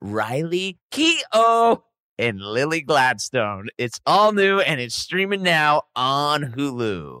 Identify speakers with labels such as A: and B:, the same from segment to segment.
A: Riley Keough and Lily Gladstone. It's all new and it's streaming now on Hulu.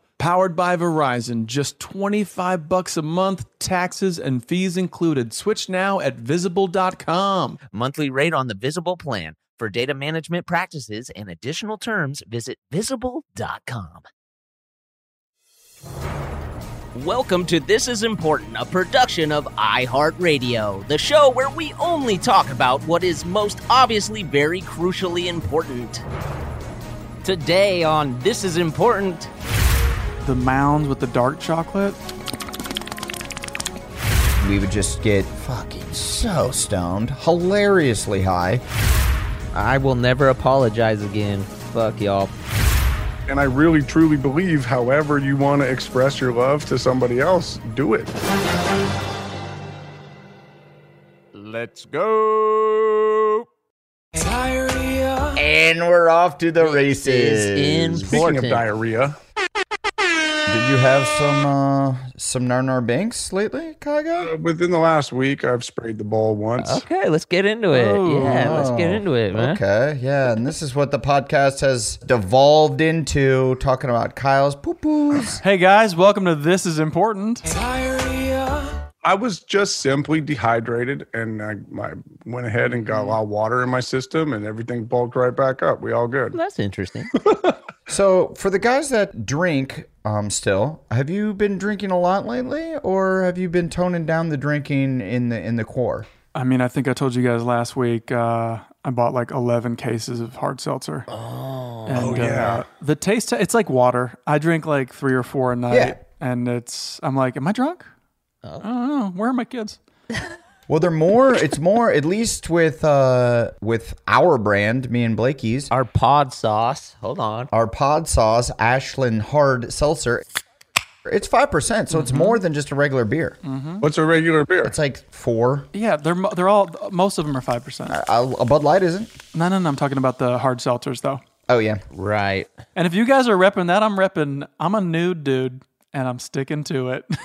B: powered by Verizon. Just 25 bucks a month, taxes and fees included. Switch now at visible.com.
A: Monthly rate on the Visible plan. For data management practices and additional terms, visit visible.com. Welcome to This Is Important, a production of iHeartRadio, the show where we only talk about what is most obviously very crucially important. Today on This Is Important,
C: the mounds with the dark chocolate.
D: We would just get fucking so stoned, hilariously high.
E: I will never apologize again. Fuck y'all.
F: And I really truly believe, however, you want to express your love to somebody else, do it.
G: Let's go.
A: Diarrhea.
D: And we're off to the races.
A: Is
F: Speaking
A: important.
F: of diarrhea,
D: Did you have some uh, some Narnar Banks lately, Kaga?
F: uh, within the last week, I've sprayed the ball once.
E: Okay, let's get into it. yeah, let's get
D: Oh,
E: into it, man.
D: Okay, yeah, and this is what the podcast has devolved into, talking about Kyle's poo poos.
C: Hey guys, welcome to This Is Important.
F: I was just simply dehydrated, and I, I went ahead and got a lot of water in my system, and everything bulked right back up. We all good.
E: That's interesting.
D: So, for the guys that drink, um, still, have you been drinking a lot lately, or have you been toning down the drinking in the in the core?
C: I mean, I think I told you guys last week uh, I bought like 11 cases of hard seltzer. Oh, and,
F: yeah.
C: Uh, the taste, it's like water. I drink like three or four a night.
D: Yeah.
C: And it's, I'm like, am I drunk? I don't know. Where are my kids?
D: Well, they're more. It's more, at least with uh, with our brand, me and Blakey's,
E: Our pod sauce. Hold on.
D: our pod sauce, Ashland Hard Seltzer. It's five percent, so
E: Mm-hmm.
D: it's more than just a regular beer.
E: Mm.
F: What's a regular beer?
D: It's like four.
C: Yeah, they're mo- they're all most of them are five percent.
D: I, a Bud Light isn't.
C: No, no, no. I'm talking about the hard seltzers though.
D: Oh yeah,
E: Right.
C: And if you guys are repping that, I'm repping. I'm a nude dude, and I'm sticking to it.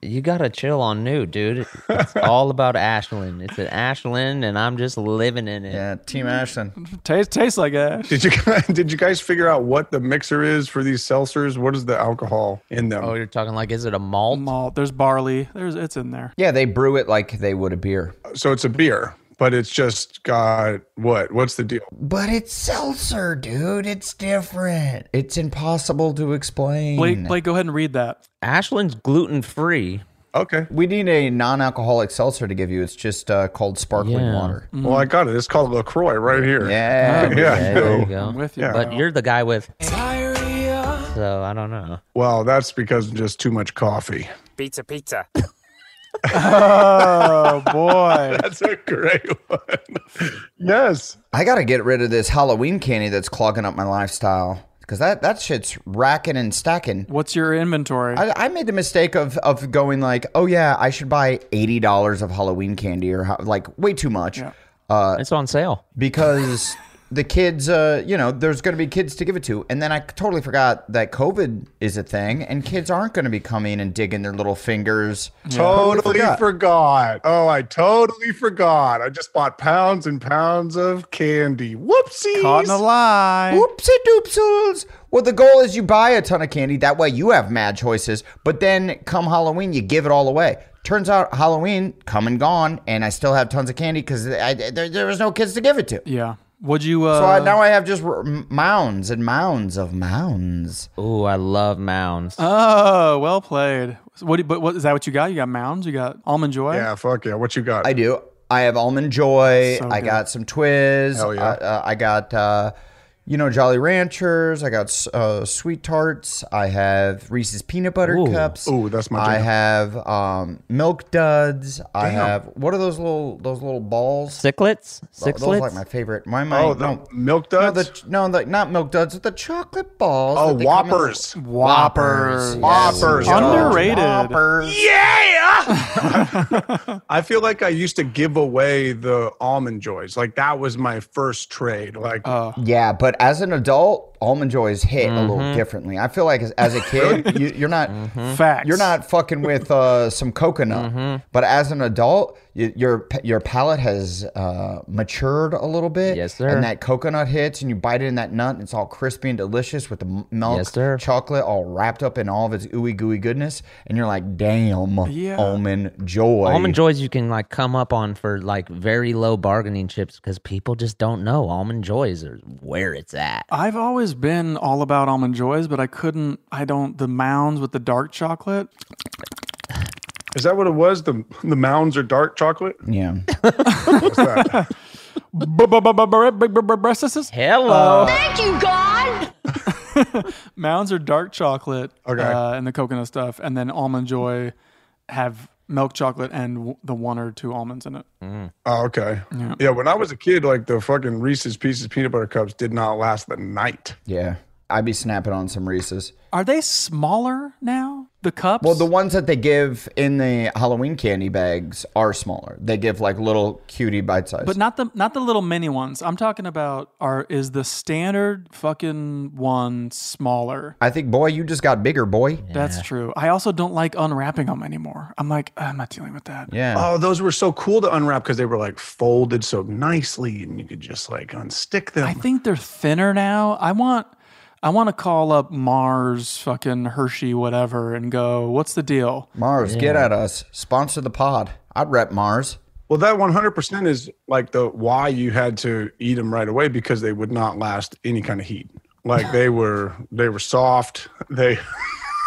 E: You gotta chill on new, dude. It's all about Ashland. It's an Ashland, and I'm just living in it.
D: yeah. Team
E: Mm-hmm.
D: Ashland.
C: tastes tastes like ash.
F: Did you guys, did you guys figure out what the mixer is for these seltzers? What is the alcohol in them?
E: Oh, you're talking like, is it a malt?
C: Malt. There's barley. There's it's in there.
D: Yeah, they brew it like they would a beer,
F: So it's a beer, but it's just got what? What's the deal?
D: but it's seltzer, dude. It's different. It's impossible to explain.
C: Blake, Blake, go ahead and read that.
E: Ashland's gluten free.
F: Okay.
D: We need a non-alcoholic seltzer to give you. It's just uh, called sparkling
E: Yeah.
D: water.
F: Well, I got it. It's called LaCroix right here.
D: Mm. Yeah.
F: Yeah.
E: Ah, there you go.
C: I'm with you.
F: Yeah.
E: But you're the guy with so I don't know.
F: Well, that's because of just too much coffee.
H: Pizza, pizza.
C: Oh boy.
F: That's a great one. yes.
D: I gotta get rid of this Halloween candy that's clogging up my lifestyle because that that shit's racking and stacking.
C: What's your inventory?
D: I, I made the mistake of of going like, oh yeah, I should buy eighty dollars of Halloween candy or ho- like way too much Uh,
E: It's on sale.
D: because the kids, uh, you know, there's going to be kids to give it to, and then I totally forgot that COVID is a thing and kids aren't going to be coming and digging their little fingers.
F: Totally forgot. Oh, I totally forgot. I just bought pounds and pounds of candy. Whoopsies.
C: Caught in a lie.
D: Oopsie doopsles. Well, the goal is you buy a ton of candy. That way you have mad choices. But then come Halloween, you give it all away. Turns out Halloween come and gone, and I still have tons of candy because there, there was no kids to give it to.
C: Yeah. Would you? Uh,
D: So I, now I have just r- mounds and mounds of mounds.
E: Ooh, I love mounds.
D: Uh,
C: Oh, well played. What? do you- But what is that? What you got? You got mounds. You got almond joy.
F: Yeah, fuck yeah. What you got?
D: I do. I have almond joy.
C: So
D: I
C: good.
D: got some Twiz.
F: Hell yeah.
D: I, uh, I got, uh, you know, Jolly Ranchers. I got uh, sweet tarts. I have Reese's peanut butter
E: Ooh.
D: cups.
F: Ooh, that's my
D: I
F: jam.
D: have um, milk duds. I have what are those little those little balls?
E: Sicklets?
D: Th- Those are like
E: Sixlets?
D: my favorite. My mind.
F: oh, the
D: no.
F: milk
D: No,
F: duds?
D: the, ch- no, the, not milk duds. The chocolate balls.
F: oh,
D: that they come in-
F: whoppers.
C: Whoppers.
F: Whoppers.
C: Underrated.
D: Whoppers.
F: I feel like I used to give away the almond joys. Like that was my first trade. Like
D: Yeah, but as an adult, almond joys hit a little
E: Mm-hmm.
D: differently. I feel like as, as a kid, you, you're not
C: Facts.
D: you're not fucking with uh, some coconut,
E: Mm-hmm.
D: but as an adult, y your pa- your palate has uh, matured a little bit.
E: Yes, sir.
D: And that coconut hits, and you bite it in that nut, and it's all crispy and delicious with the m- milk,
E: Yes, sir.
D: chocolate, all wrapped up in all of its ooey gooey goodness, and you're like, damn,
C: Yeah.
D: almond joy.
E: Almond joys you can like come up on for like very low bargaining chips because people just don't know almond joys are where it's at.
C: I've always been all about almond joys, but I couldn't. I don't. The mounds with the dark chocolate.
F: is that what it was? The the mounds are dark chocolate?
D: Yeah.
F: What's that?
C: Breasts.
D: uh,
E: Hello.
I: Thank you, God!
C: Mounds are dark chocolate.
F: Okay.
C: Uh, and the coconut stuff, and then almond joy have milk chocolate and w- the one or two almonds in it.
F: oh, okay. Yeah. when I was a kid, like the fucking Reese's Pieces peanut butter cups did not last the night.
D: yeah. I'd be snapping on some Reese's.
C: Are they smaller now? The cups.
D: Well, the ones that they give in the Halloween candy bags are smaller. They give like little cutie bite size.
C: But not the not the little mini ones. I'm talking about are is the standard fucking one smaller.
D: I think, boy, you just got bigger, boy.
C: That's true. I also don't like unwrapping them anymore. I'm like "Ah, I'm not dealing with that.
D: Yeah.
F: Oh, those were so cool to unwrap because they were like folded so nicely and you could just like unstick them.
C: I think they're thinner now. I want I want to call up Mars, fucking Hershey, whatever, and go. What's the deal?
D: Mars, get at us. Sponsor the pod. I'd rep Mars.
F: Well, that 100% is like the why you had to eat them right away because they would not last any kind of heat. Like they were they were soft. They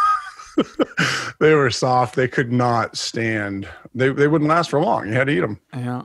F: they were soft. They could not stand. They they wouldn't last for long. You had to eat them.
C: Yeah.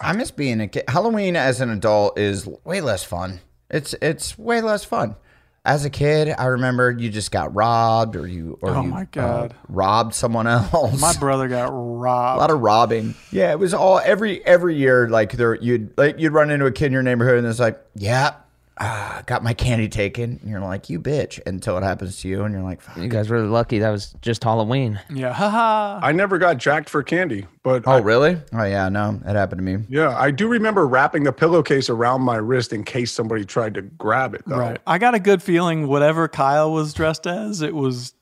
D: I miss being a kid. Halloween as an adult is way less fun. It's it's way less fun. As a kid, I remember you just got robbed or you or
C: Oh
D: you, uh,
C: my God.
D: robbed someone else.
C: My brother got
D: a
C: robbed.
D: lot of robbing. Yeah, it was all every every year. Like there, you'd like you'd run into a kid in your neighborhood, and it's like, yeah, ah, got my candy taken. And you're like, you bitch, until it happens to you, and you're like, fuck.
E: You guys were lucky that was just Halloween.
C: yeah. Haha.
F: I never got jacked for candy, but
D: Oh
F: I-
D: really? Oh yeah, no, it happened to me.
F: yeah, I do remember wrapping the pillowcase around my wrist in case somebody tried to grab it. Though.
C: Right. I got a good feeling whatever Kyle was dressed as, it was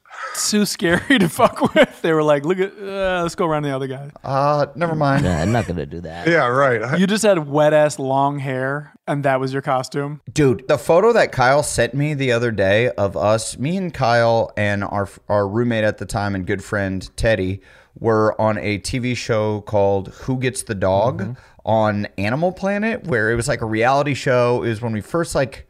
C: too scary to fuck with. They were like, look at, uh, let's go around the other guy.
D: Uh, never mind.
E: Nah, I'm not gonna do that.
F: Yeah, right. I-
C: You just had wet ass long hair, and that was your costume.
D: Dude, the photo that Kyle sent me the other day of us, me and Kyle and our our roommate at the time and good friend Teddy were on a TV show called Who Gets the Dog on Animal Planet where it was like a reality show. It was when we first like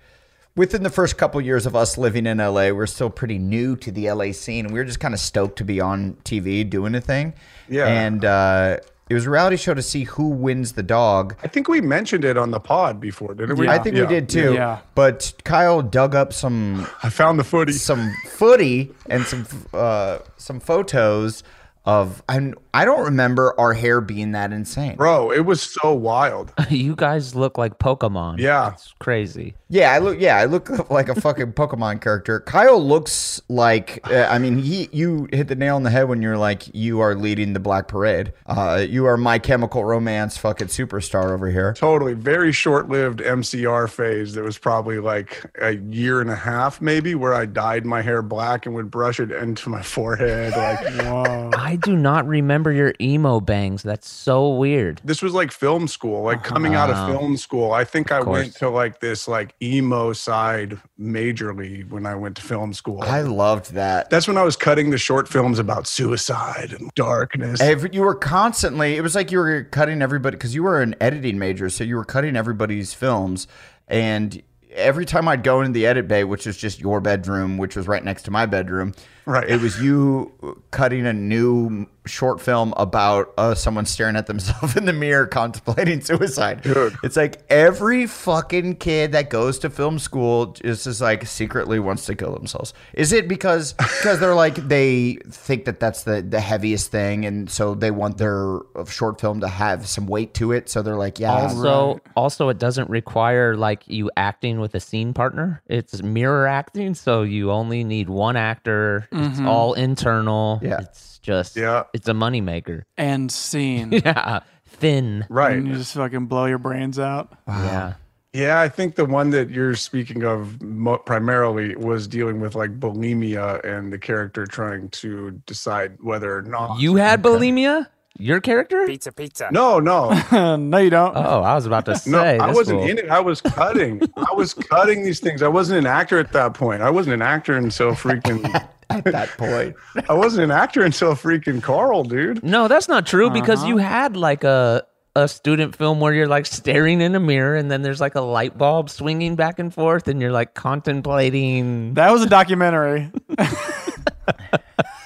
D: within the first couple years of us living in LA, we're still pretty new to the LA scene. We were just kind of stoked to be on TV doing a thing.
F: Yeah.
D: And uh, It was a reality show to see who wins the dog.
F: I think we mentioned it on the pod before, didn't we?
C: Yeah.
D: I think we did too.
C: Yeah.
D: But Kyle dug up some
F: I found the footy.
D: some footy and some uh, some photos of I I don't remember our hair being that insane.
F: Bro, it was so wild.
E: you guys look like Pokemon.
F: Yeah.
E: It's crazy.
D: Yeah, I look. Yeah, I look like a fucking Pokemon character. Kyle looks like. Uh, I mean, he you hit the nail on the head when you're like, you are leading the Black Parade. Uh, you are my Chemical Romance fucking superstar over here.
F: Totally. Very short lived MCR phase that was probably like a year and a half, maybe, where I dyed my hair black and would brush it into my forehead. Like,
C: Whoa.
E: I do not remember your emo bangs. That's so weird.
F: this was like film school, like coming out of film school. I think I went to like this like emo side majorly when I went to film school.
D: I loved that.
F: That's when I was cutting the short films about suicide and darkness.
D: Every, you were constantly. It was like you were cutting everybody because you were an editing major, so you were cutting everybody's films. And every time I'd go into the edit bay, which is just your bedroom, which was right next to my bedroom,
F: Right.
D: It was you cutting a new short film about uh, someone staring at themselves in the mirror contemplating suicide. It's like every fucking kid that goes to film school just is like secretly wants to kill themselves. Is it because because they're like they think that that's the the heaviest thing, and so they want their uh, short film to have some weight to it. So they're like, yeah,
E: Also, also, it doesn't require like you acting with a scene partner. It's mirror acting, so you only need one actor. It's all internal.
D: Yeah.
E: it's just
F: Yeah.
E: it's a moneymaker.
C: And scene.
E: Yeah, thin.
F: right.
C: And you just fucking blow your brains out.
E: Yeah,
F: Yeah, I think the one that you're speaking of mo- primarily was dealing with like bulimia and the character trying to decide whether or not
E: you had bulimia. Your character?
G: Pizza, pizza.
F: No, no,
C: no, you don't.
E: Oh, I was about to say.
F: no. I
E: this
F: wasn't
E: will-
F: in it. I was cutting. I was cutting these things. I wasn't an actor at that point. I wasn't an actor until freaking.
D: at that point.
F: I wasn't an actor until freaking Carl, dude.
E: No, that's not true because
F: Uh-huh.
E: you had like a a student film where you're like staring in a mirror and then there's like a light bulb swinging back and forth and you're like contemplating.
C: That was a documentary.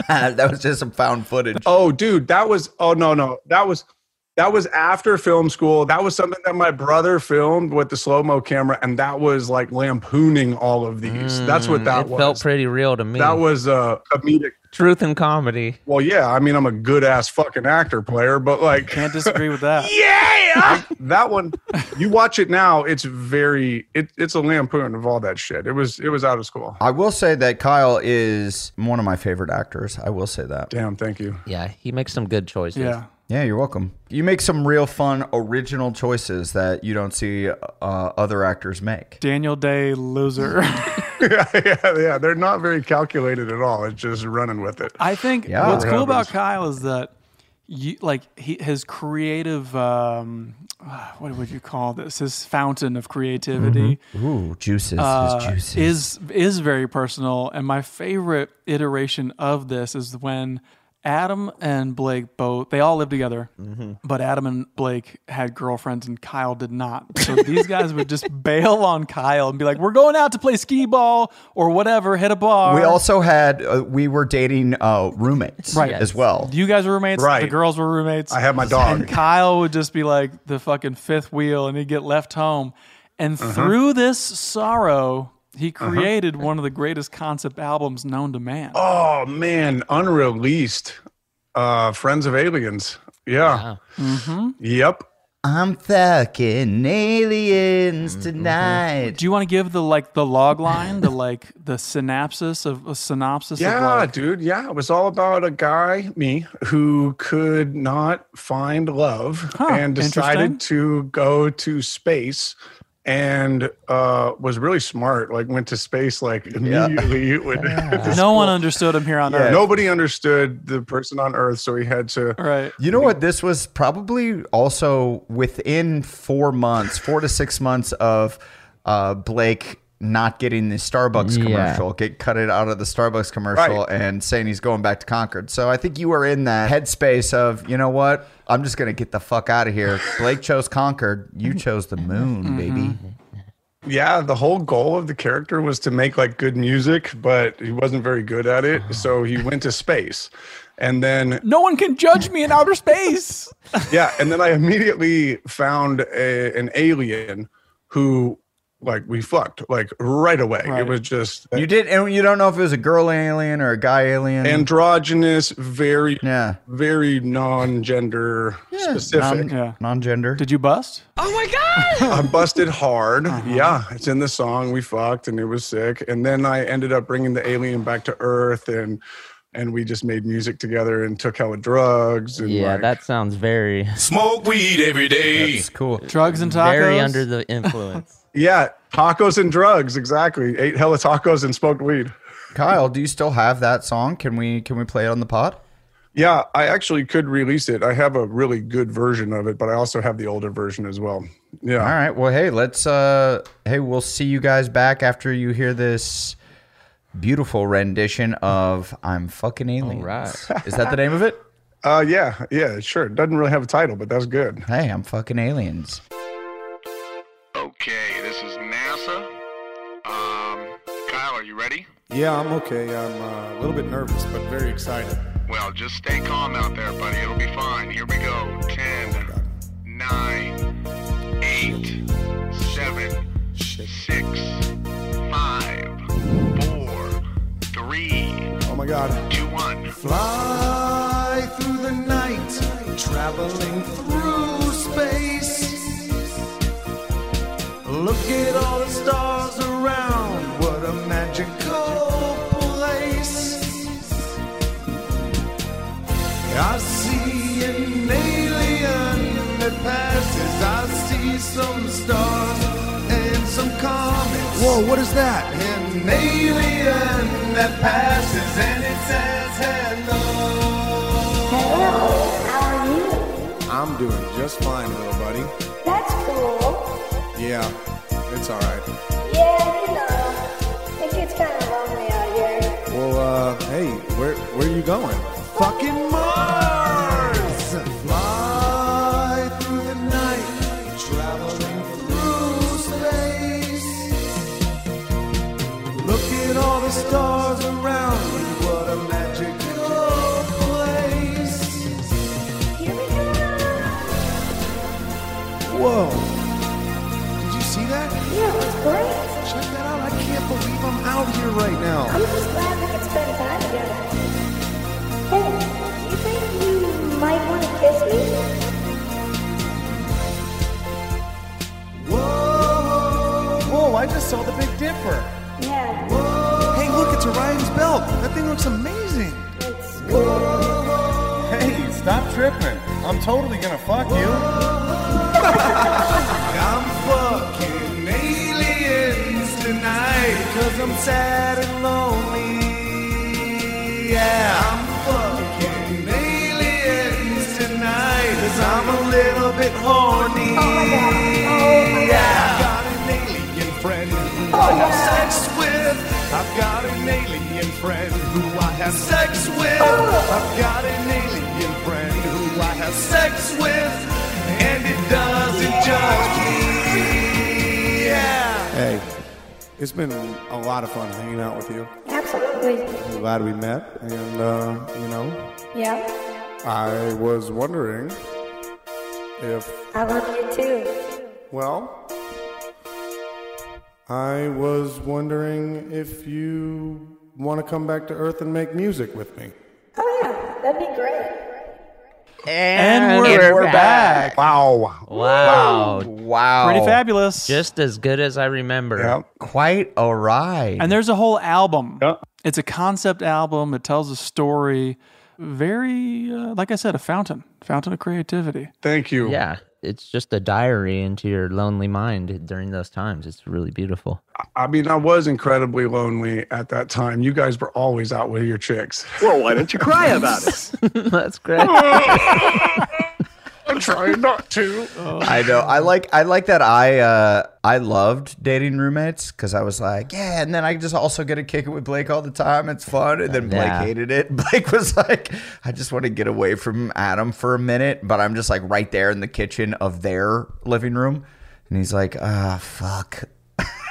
D: that was just some found footage.
F: Oh, dude, that was. Oh no, no, that was. That was after film school. That was something that my brother filmed with the slow mo camera, and that was like lampooning all of these. That's what that
E: Mm, it
F: was.
E: felt pretty real to me.
F: That was uh, comedic.
E: Truth and comedy.
F: Well, yeah, I mean, I'm a good ass fucking actor player, but like
C: Can't disagree with that.
F: that one, you watch it now, it's very, it, it's a lampoon of all that shit. It was, it was out of school.
D: I will say that Kyle is one of my favorite actors. I will say that.
F: Damn, thank you.
E: Yeah, he makes some good choices.
C: Yeah.
D: Yeah, you're welcome. You make some real fun, original choices that you don't see uh, other actors make.
C: Daniel Day loser.
F: yeah, yeah, they're not very calculated at all. It's just running with it.
C: I think
D: Yeah.
C: what's
D: It
C: cool about Kyle is that you like he, his creative um ah, what would you call this? His fountain of creativity
D: Ooh, juices,
C: uh,
D: his juices.
C: is is very personal and my favorite iteration of this is when Adam and Blake both they all lived together.
D: Mm-hmm.
C: But Adam and Blake had girlfriends and Kyle did not. So these guys would just bail on Kyle and be like, "We're going out to play skee ball or whatever, hit a bar."
D: we also had uh, we were dating uh, roommates
C: Right.
D: as well.
C: You guys were roommates. The
F: Right.
C: girls were roommates.
F: I had my
C: And
F: dog.
C: Kyle would just be like the fucking fifth wheel, and he'd get left home. And
F: Uh-huh.
C: through this sorrow, he created one of the greatest concept albums known to man.
F: Oh man, unreleased, uh, Friends of Aliens. Yeah. Yep.
D: I'm fucking aliens
C: Mm-hmm.
D: tonight.
C: Do you want to give the like the log line, the like the synopsis of a synopsis? Of
F: Yeah,
C: like,
F: dude. Yeah, it was all about a guy, me, who could not find love and
C: interesting.
F: decided to go to space and uh, was really smart. Like went to space like immediately. When,
C: no one understood him here on earth.
F: Nobody understood the person on Earth, so he had to.
C: Right.
D: You know what? This was probably also within four months, four to six months of uh, Blake not getting the Starbucks commercial, get cut it out of the Starbucks commercial,
F: Right.
D: and saying he's going back to Concord. So I think you were in that headspace of, you know what? I'm
C: Mm-hmm.
D: just gonna get the fuck out of here. Blake chose Concord. You chose the moon, baby.
F: yeah, the whole goal of the character was to make like good music, but he wasn't very good at it. So he went to space. And then
C: No one can judge me in outer space.
F: yeah, and then I immediately found a, an alien who like we fucked like right away. It
C: Right.
F: was just
D: You did, and you don't know if it was a girl alien or a guy alien.
F: androgynous, very
D: yeah,
F: very non-gender specific.
C: Yeah.
D: non-gender.
C: Did you bust?
A: Oh
F: I busted hard. Yeah, it's in the song. We fucked, and it was sick. And then I ended up bringing the alien back to Earth, and and we just made music together and took hella drugs. And
E: Yeah,
F: like,
E: that sounds very,
J: Smoke weed every day.
D: It's cool.
C: Drugs and tacos.
E: very under the influence.
F: yeah, tacos and drugs. Exactly. Ate hella tacos and smoked weed.
D: Kyle, do you still have that song? Can we can we play it on the pod?
F: Yeah, I actually could release it. I have a really good version of it, but I also have the older version as well. Yeah.
D: All right. Well, hey, let's. uh Hey, we'll see you guys back after you hear this beautiful rendition of "I'm Fucking Alien."
E: right.
D: Is that the name of it?
F: Uh, yeah, yeah, sure. Doesn't really have a title, but that's good.
D: Hey, I'm fucking aliens.
H: Okay, this is NASA. Um, Kyle, are you ready?
K: Yeah, I'm okay. I'm uh, a little bit nervous, but very excited.
H: Well, just stay calm out there, buddy. It'll be fine. Here we go. Ten, nine, eight, seven, six, five, four, three,
K: Oh my god.
H: two, one.
K: Fly through the night, traveling through space. Look at all the stars around, what a magical place. I see an alien that passes, I see some stars and some comets. Whoa, what is that? An alien that passes and it says hello.
L: How are you?
K: I'm doing just fine, little buddy.
L: That's cool.
K: Yeah, it's all right.
L: Yeah, you know, it gets kind of lonely out here.
K: Well, uh, hey, where where are you going? Fucking Mars! Fly through the night, traveling through space. Look at all the stars around you. What a magical place!
L: Here we go.
K: Whoa! Did you see that?
L: Yeah, it's great.
K: Check that out! I can't believe I'm out here right now.
L: I'm just glad we could spend time together. Hey, do you think you might want to kiss me?
K: Whoa! Whoa! I just saw the Big Dipper.
L: Yeah,
K: Whoa! Hey, look, it's Orion's belt. That thing looks amazing.
L: it's cool.
K: Hey, stop tripping. I'm totally gonna fuck you. I'm fucking aliens tonight. Cause I'm sad and lonely. Yeah, I'm fucking aliens tonight. Cause I'm a little bit horny.
L: Oh my God. Oh my
K: yeah, I've got an alien friend who I have sex with. I've got an alien friend who I have sex with.
L: Oh.
K: I've got an alien friend who I have sex with, and it doesn't judge me. Hey, it's been a lot of fun hanging out with you.
L: Absolutely.
K: I'm glad we met, and uh, you know,
L: Yeah,
K: I was wondering if,
L: I love you too.
K: well, I was wondering if you want to come back to Earth and make music with me.
L: Oh yeah, that'd be great.
C: And we're, back.
F: Wow.
E: Wow.
D: Oh, Wow,
C: Pretty fabulous.
E: Just as good as I remember.
F: Yeah.
D: Quite a ride.
C: and there's a whole album.
F: Yeah.
C: It's a concept album. It tells a story. Very, uh, like I said, a fountain, fountain of creativity.
F: Thank you.
E: Yeah. It's just a diary into your lonely mind during those times. It's really beautiful.
F: I mean, I was incredibly lonely at that time. You guys were always out with your chicks.
G: Well, why don't you cry about it?
E: That's great.
F: I'm trying not to.
D: I know. I like. I like that. I uh, I loved dating roommates because I was like, yeah, and then I just also get to kick it with Blake all the time. It's fun. And then Blake
E: Yeah.
D: hated it. Blake was like, I just want to get away from Adam for a minute, but I'm just like right there in the kitchen of their living room, and he's like, ah, fuck.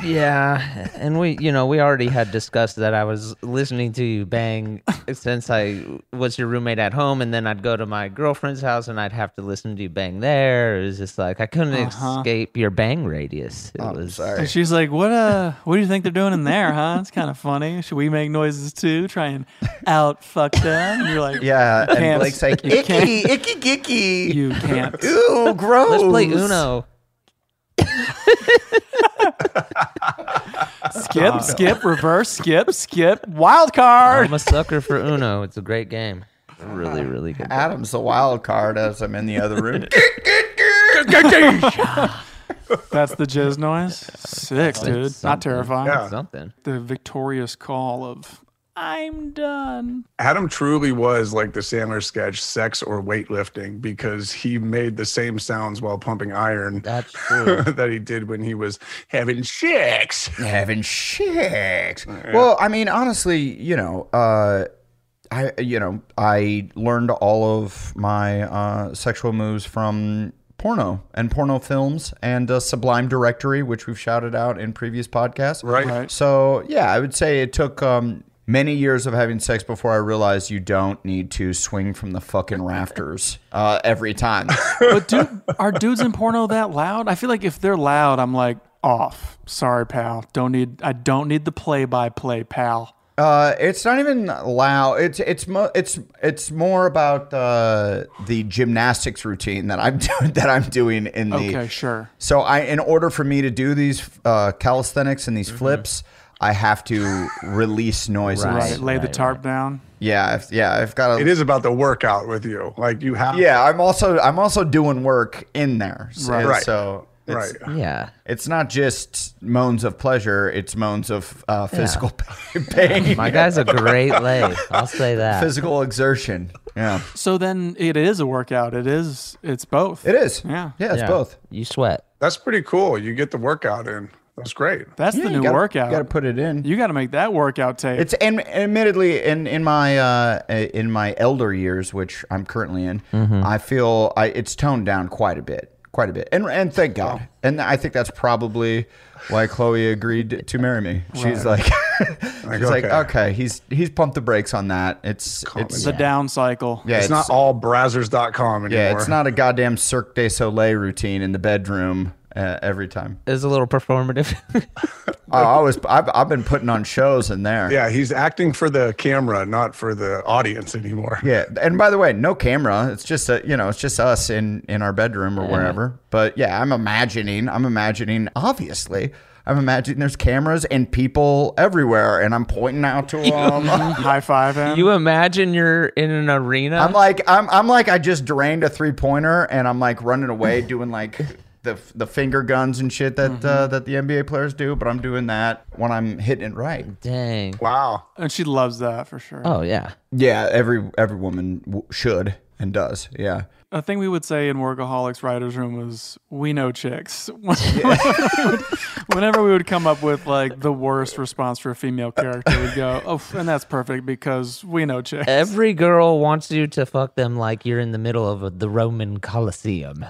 E: yeah, and we, you know, we already had discussed that I was listening to you bang since I was your roommate at home, and then I'd go to my girlfriend's house and I'd have to listen to you bang there. It was just like I couldn't
C: Uh-huh.
E: escape your bang radius. It was
C: And she's like, "What? Uh, what do you think they're doing in there, huh? It's kind of funny. Should we make noises too? Try and out fuck them?" And you're like,
D: Yeah,
C: you
D: and
C: can't-
D: Blake's like,
C: you can't-
D: icky, icky, gicky.
C: You can't.
D: Ew, gross.
E: Let's play Uno.
C: Skip, skip, reverse, skip, skip, wild card.
E: I'm a sucker for Uno. It's a great game. Really, really good.
D: Adam's the wild card as I'm in the other room.
C: That's the jizz noise. Sick,
E: It's
C: dude.
E: something.
C: Not terrifying.
E: It's Something.
C: The victorious call of I'm done.
F: Adam truly was like the Sandler sketch, sex or weightlifting, because he made the same sounds while pumping iron
E: That's true.
F: that he did when he was having chicks.
D: having sex. Well, I mean, honestly, you know, uh, I you know, I learned all of my uh, sexual moves from porno and porno films and uh, Sublime Directory, which we've shouted out in previous podcasts.
F: Right.
C: Right.
D: So yeah, I would say it took um, many years of having sex before I realized you don't need to swing from the fucking rafters uh, every time.
C: But dude, are dudes in porno that loud? I feel like if they're loud, I'm like off. Sorry, pal. Don't need. I don't need the play-by-play, pal.
D: Uh, it's not even loud. It's it's mo- it's it's more about uh, the gymnastics routine that I'm doing that I'm doing in the.
C: Okay, sure.
D: So I, in order for me to do these uh, calisthenics and
F: Mm-hmm.
D: these flips, I have to release noises.
C: Right. Lay the tarp down.
D: Yeah, I've- yeah, I've got to.
F: It is about the workout with you. Like you have
D: Yeah, I'm also I'm also doing work in there. So,
F: Right.
D: So
F: right.
D: it's,
E: Yeah.
D: It's not just moans of pleasure. It's moans of uh, physical pain.
E: My guy's a great lay. I'll say that.
D: physical exertion. Yeah.
C: So then it is a workout. It is. It's both.
D: It is.
C: Yeah.
D: Yeah, it's
E: Yeah.
D: both.
E: You sweat.
F: That's pretty cool. You get the workout in. That's great.
C: That's the new workout.
D: You got to put it in.
C: You got to make that workout tape.
D: it's and admittedly in in my uh, in my elder years, which I'm currently in,
F: Mm-hmm.
D: I feel I, it's toned down quite a bit, quite a bit, and and thank God, and I think that's probably why Chloe agreed to marry me. She's like, she's like, okay.
F: okay.
D: he's he's pumped the brakes on that. It's it's
C: It's a down cycle.
D: yeah,
F: it's, not all brazzers.com anymore.
D: yeah, it's not a goddamn Cirque du Soleil routine in the bedroom uh, every time.
E: It's a little performative.
D: Oh, I was I've, I've been putting on shows in there.
F: Yeah, he's acting for the camera, not for the audience anymore.
D: Yeah, and by the way, no camera. It's just a, you know, it's just us in in our bedroom or wherever. But yeah, I'm imagining. I'm imagining. Obviously, I'm imagining there's cameras and people everywhere, and I'm pointing out to them.
C: High five him.
E: you imagine you're in an arena.
D: I'm like, I'm I'm like, I just drained a three pointer, and I'm like running away, doing like. The, the finger guns and shit that uh, that the NBA players do, but I'm doing that when I'm hitting it right.
E: Dang.
F: Wow.
C: and she loves that for sure.
E: Oh yeah.
D: Yeah, every every woman w- should and does. Yeah,
C: A thing we would say in Workaholics Writers Room was, "We know chicks." whenever, we would, whenever we would come up with like the worst response for a female character, we'd go, "Oh, and that's perfect because we know chicks."
E: Every girl wants you to fuck them like you're in the middle of the Roman Colosseum.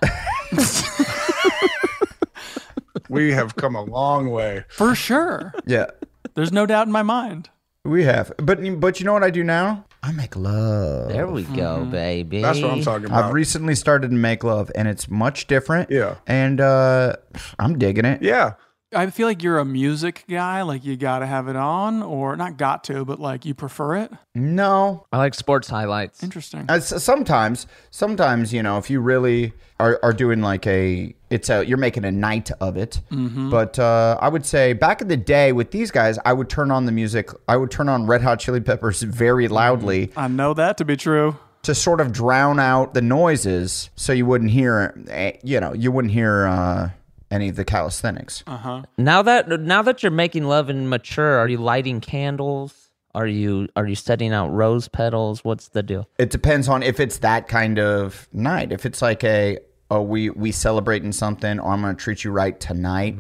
F: We have come a long way.
C: for sure.
D: yeah.
C: There's no doubt in my mind.
D: We have, but but you know what I do now? I make love.
E: There we go,
C: Mm-hmm.
E: baby.
F: That's what I'm talking
D: I've
F: about.
D: recently started to make love, and it's much different.
F: Yeah.
D: and uh, I'm digging it.
F: yeah.
C: I feel like you're a music guy. Like you got to have it on, or not got to, but like you prefer it.
D: No,
E: I like sports highlights.
C: Interesting.
D: I- s- sometimes, sometimes you know, if you really are, are doing like a, it's a, you're making a night of it.
F: Mm-hmm.
D: But uh, I would say back in the day with these guys, I would turn on the music. I would turn on Red Hot Chili Peppers very loudly
C: I know that to be true.
D: to sort of drown out the noises, so you wouldn't hear, eh, you know, you wouldn't hear uh, any of the calisthenics.
E: Now that now that you're making love and mature, are you lighting candles? Are you are you setting out rose petals? What's the deal?
D: It depends on if it's that kind of night. If it's like a oh we we celebrating something oh, or I'm gonna treat you right tonight.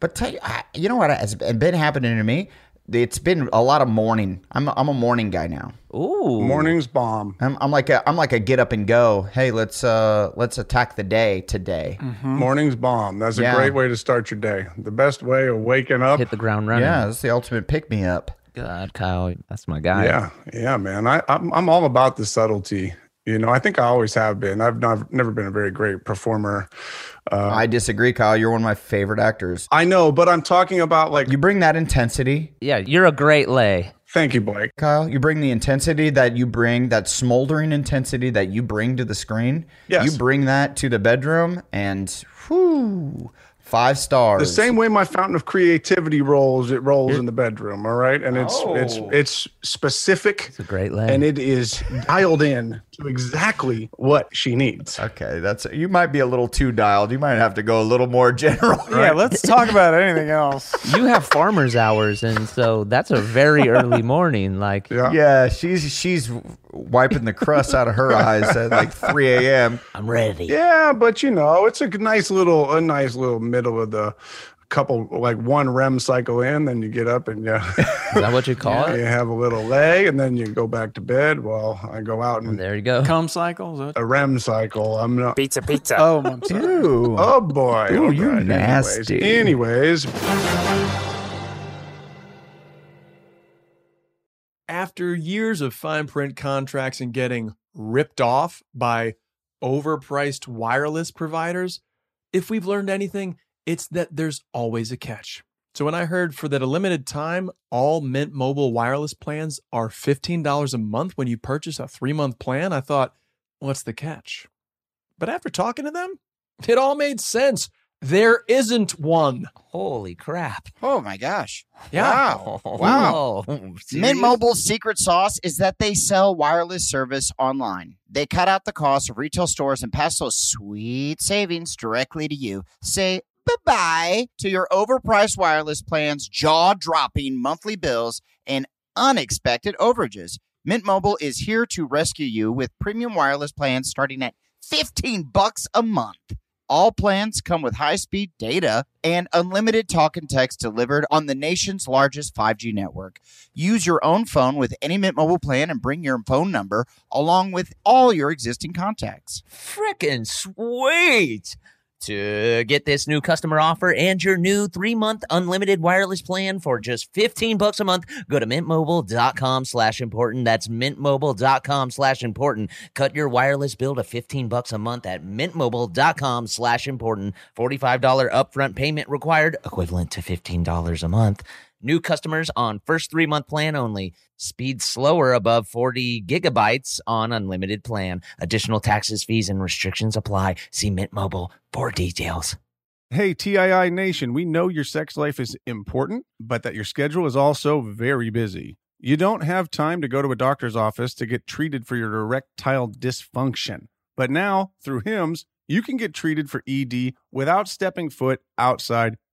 D: But tell you, I, you know what has been happening to me. it's been a lot of morning. I'm I'm a morning guy now.
A: Ooh,
F: morning's bomb.
D: I'm, I'm like a I'm like a get up and go. Hey, let's uh let's attack the day today.
F: Mm-hmm. Morning's bomb. That's
D: Yeah.
F: a great way to start your day. The best way of waking up.
E: Hit the ground running.
D: Yeah, that's the ultimate pick me up.
E: God, Kyle, that's my guy.
F: Yeah, yeah, man. I, I'm I'm all about the subtlety. You know, I think I always have been. I've not, never been a very great performer.
D: I disagree, Kyle. You're one of my favorite actors.
F: I know, but I'm talking about like.
D: You bring that intensity,
E: Yeah, you're a great lay.
F: Thank you, Blake.
D: Kyle. You bring the intensity that you bring, that smoldering intensity that you bring to the screen.
F: Yes.
D: You bring that to the bedroom, and whew, five stars.
F: The same way my fountain of creativity rolls, it rolls in the bedroom. All right, and it's it's it's specific,
E: Oh. It's a great lay.
F: and it is dialed in to exactly what she needs.
D: Okay, that's you might be a little too dialed. You might have to go a little more general.
C: Yeah, let's talk about anything else.
E: you have farmer's hours, and so that's a very early morning. Like,
F: Yeah.
D: Yeah, she's she's wiping the crust out of her eyes at like 3 a.m.
A: I'm ready.
F: Yeah, but you know, it's a g- nice little, a nice little middle of the couple, like one REM cycle in, then you get up and yeah,
E: is that what you call
F: you
E: it?
F: have a little lay, and then you go back to bed. Well, I go out and
E: There you go.
C: Cum cycles. uh,
F: a REM cycle. I'm not.
M: Pizza, pizza.
C: Oh, I'm sorry.
D: Ooh.
F: Oh boy!
D: Ooh,
F: All
D: you
F: right,
D: nasty.
F: Anyways, anyways,
B: After years of fine print contracts and getting ripped off by overpriced wireless providers, if we've learned anything, it's that there's always a catch. So when I heard for that a limited time, all Mint Mobile wireless plans are $15 a month when you purchase a three month plan, I thought, what's the catch? But after talking to them, it all made sense. There isn't one.
E: Holy crap!
M: Oh my gosh.
B: Yeah.
M: Wow. Wow.
E: Whoa.
M: Mint Mobile's secret sauce is that they sell wireless service online. They cut out the cost of retail stores and pass those sweet savings directly to you. Say bye-bye to your overpriced wireless plans, jaw-dropping monthly bills, and unexpected overages. Mint Mobile is here to rescue you with premium wireless plans starting at 15 bucks a month. All plans come with high-speed data and unlimited talk and text delivered on the nation's largest 5G network. Use your own phone with any Mint Mobile plan and bring your phone number along with all your existing contacts.
A: Frickin' sweet! To get this new customer offer and your new three-month unlimited wireless plan for just 15 bucks a month, go to mintmobile.com slash important. That's mintmobile.com slash important. Cut your wireless bill to 15 bucks a month at mintmobile.com slash important. $45 upfront payment required, equivalent to $15 a month. New customers on first three month plan only. Speed slower above 40 gigabytes on unlimited plan. Additional taxes, fees, and restrictions apply. See Mint Mobile for details.
N: Hey, TII Nation, we know your sex life is important, but that your schedule is also very busy. You don't have time to go to a doctor's office to get treated for your erectile dysfunction. But now, through HIMS, you can get treated for ED without stepping foot outside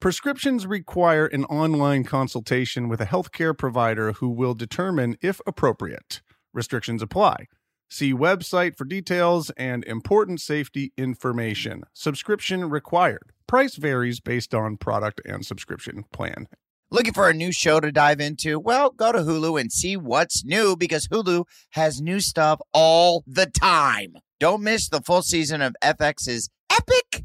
N: Prescriptions require an online consultation with a healthcare provider who will determine if appropriate. Restrictions apply. See website for details and important safety information. Subscription required. Price varies based on product and subscription plan.
M: Looking for a new show to dive into? Well, go to Hulu and see what's new because Hulu has new stuff all the time. Don't miss the full season of FX's epic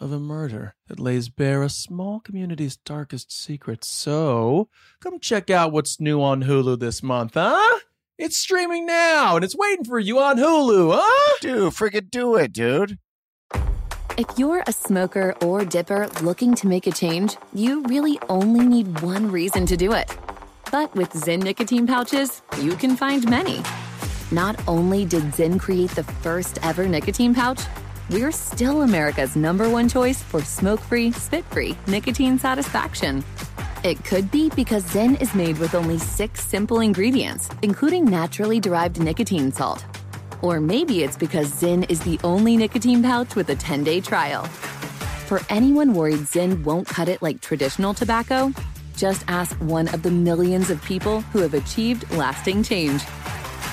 B: of a murder that lays bare a small community's darkest secrets. So, come check out what's new on Hulu this month, huh? It's streaming now and it's waiting for you on Hulu, huh?
M: Dude, friggin' do it, dude.
I: If you're a smoker or dipper looking to make a change, you really only need one reason to do it. But with Zen nicotine pouches, you can find many. Not only did Zen create the first ever nicotine pouch, we're still America's number one choice for smoke free, spit free nicotine satisfaction. It could be because Zen is made with only six simple ingredients, including naturally derived nicotine salt. Or maybe it's because Zen is the only nicotine pouch with a 10 day trial. For anyone worried Zen won't cut it like traditional tobacco, just ask one of the millions of people who have achieved lasting change.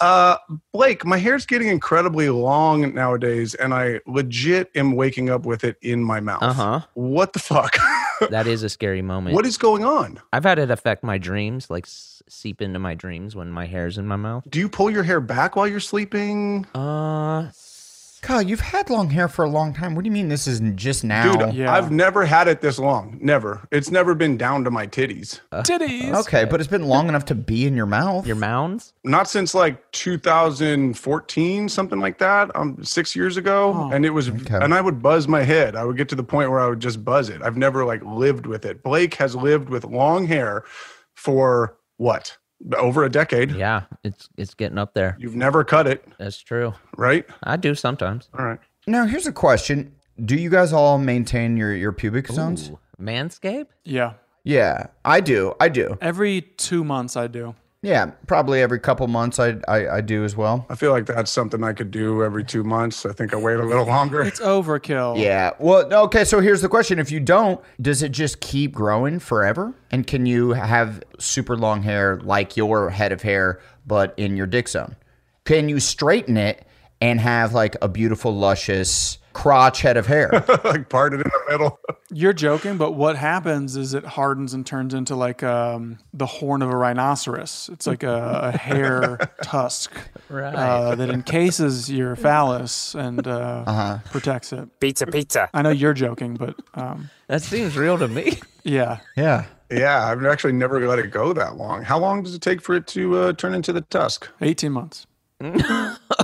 F: Uh, Blake, my hair's getting incredibly long nowadays, and I legit am waking up with it in my mouth.
E: Uh-huh.
F: What the fuck?
E: that is a scary moment.
F: what is going on?
E: I've had it affect my dreams, like s- seep into my dreams when my hair's in my mouth.
F: Do you pull your hair back while you're sleeping?
E: Uh,
D: Kyle, you've had long hair for a long time. What do you mean this isn't just now?
F: Dude, I've never had it this long. Never. It's never been down to my titties.
C: Titties.
D: okay, but it's been long enough to be in your mouth.
E: Your mounds?
F: Not since like 2014, something like that. Um, six years ago, and it was, and I would buzz my head. I would get to the point where I would just buzz it. I've never like lived with it. Blake has lived with long hair for what over a decade.
E: Yeah, it's it's getting up there.
F: You've never cut it,
E: That's true.
F: right?
E: I do sometimes.
F: All right.
D: Now, here's a question. Do you guys all maintain your, your pubic zones?
E: Ooh, Manscape?
C: Yeah.
D: Yeah, I do. I do.
C: Every two months I do.
D: Yeah, probably every couple months I, I, I do as well.
F: I feel like that's something I could do every two months. I think I wait a little longer.
C: It's overkill.
D: Yeah. Well, okay, so here's the question. If you don't, does it just keep growing forever? And can you have super long hair like your head of hair, but in your dick zone? Can you straighten it and have like a beautiful, luscious crotch head of hair?
F: like parted in the middle.
C: You're joking, but what happens is it hardens and turns into like um, the horn of a rhinoceros. It's like a, a hair tusk uh, that encases your phallus and uh, protects it.
O: Pizza, pizza.
C: I know you're joking, but um,
E: That seems real to me.
C: yeah.
D: yeah.
F: Yeah, I've actually never let it go that long. How long does it take for it to uh, turn into the tusk?
C: 18 months.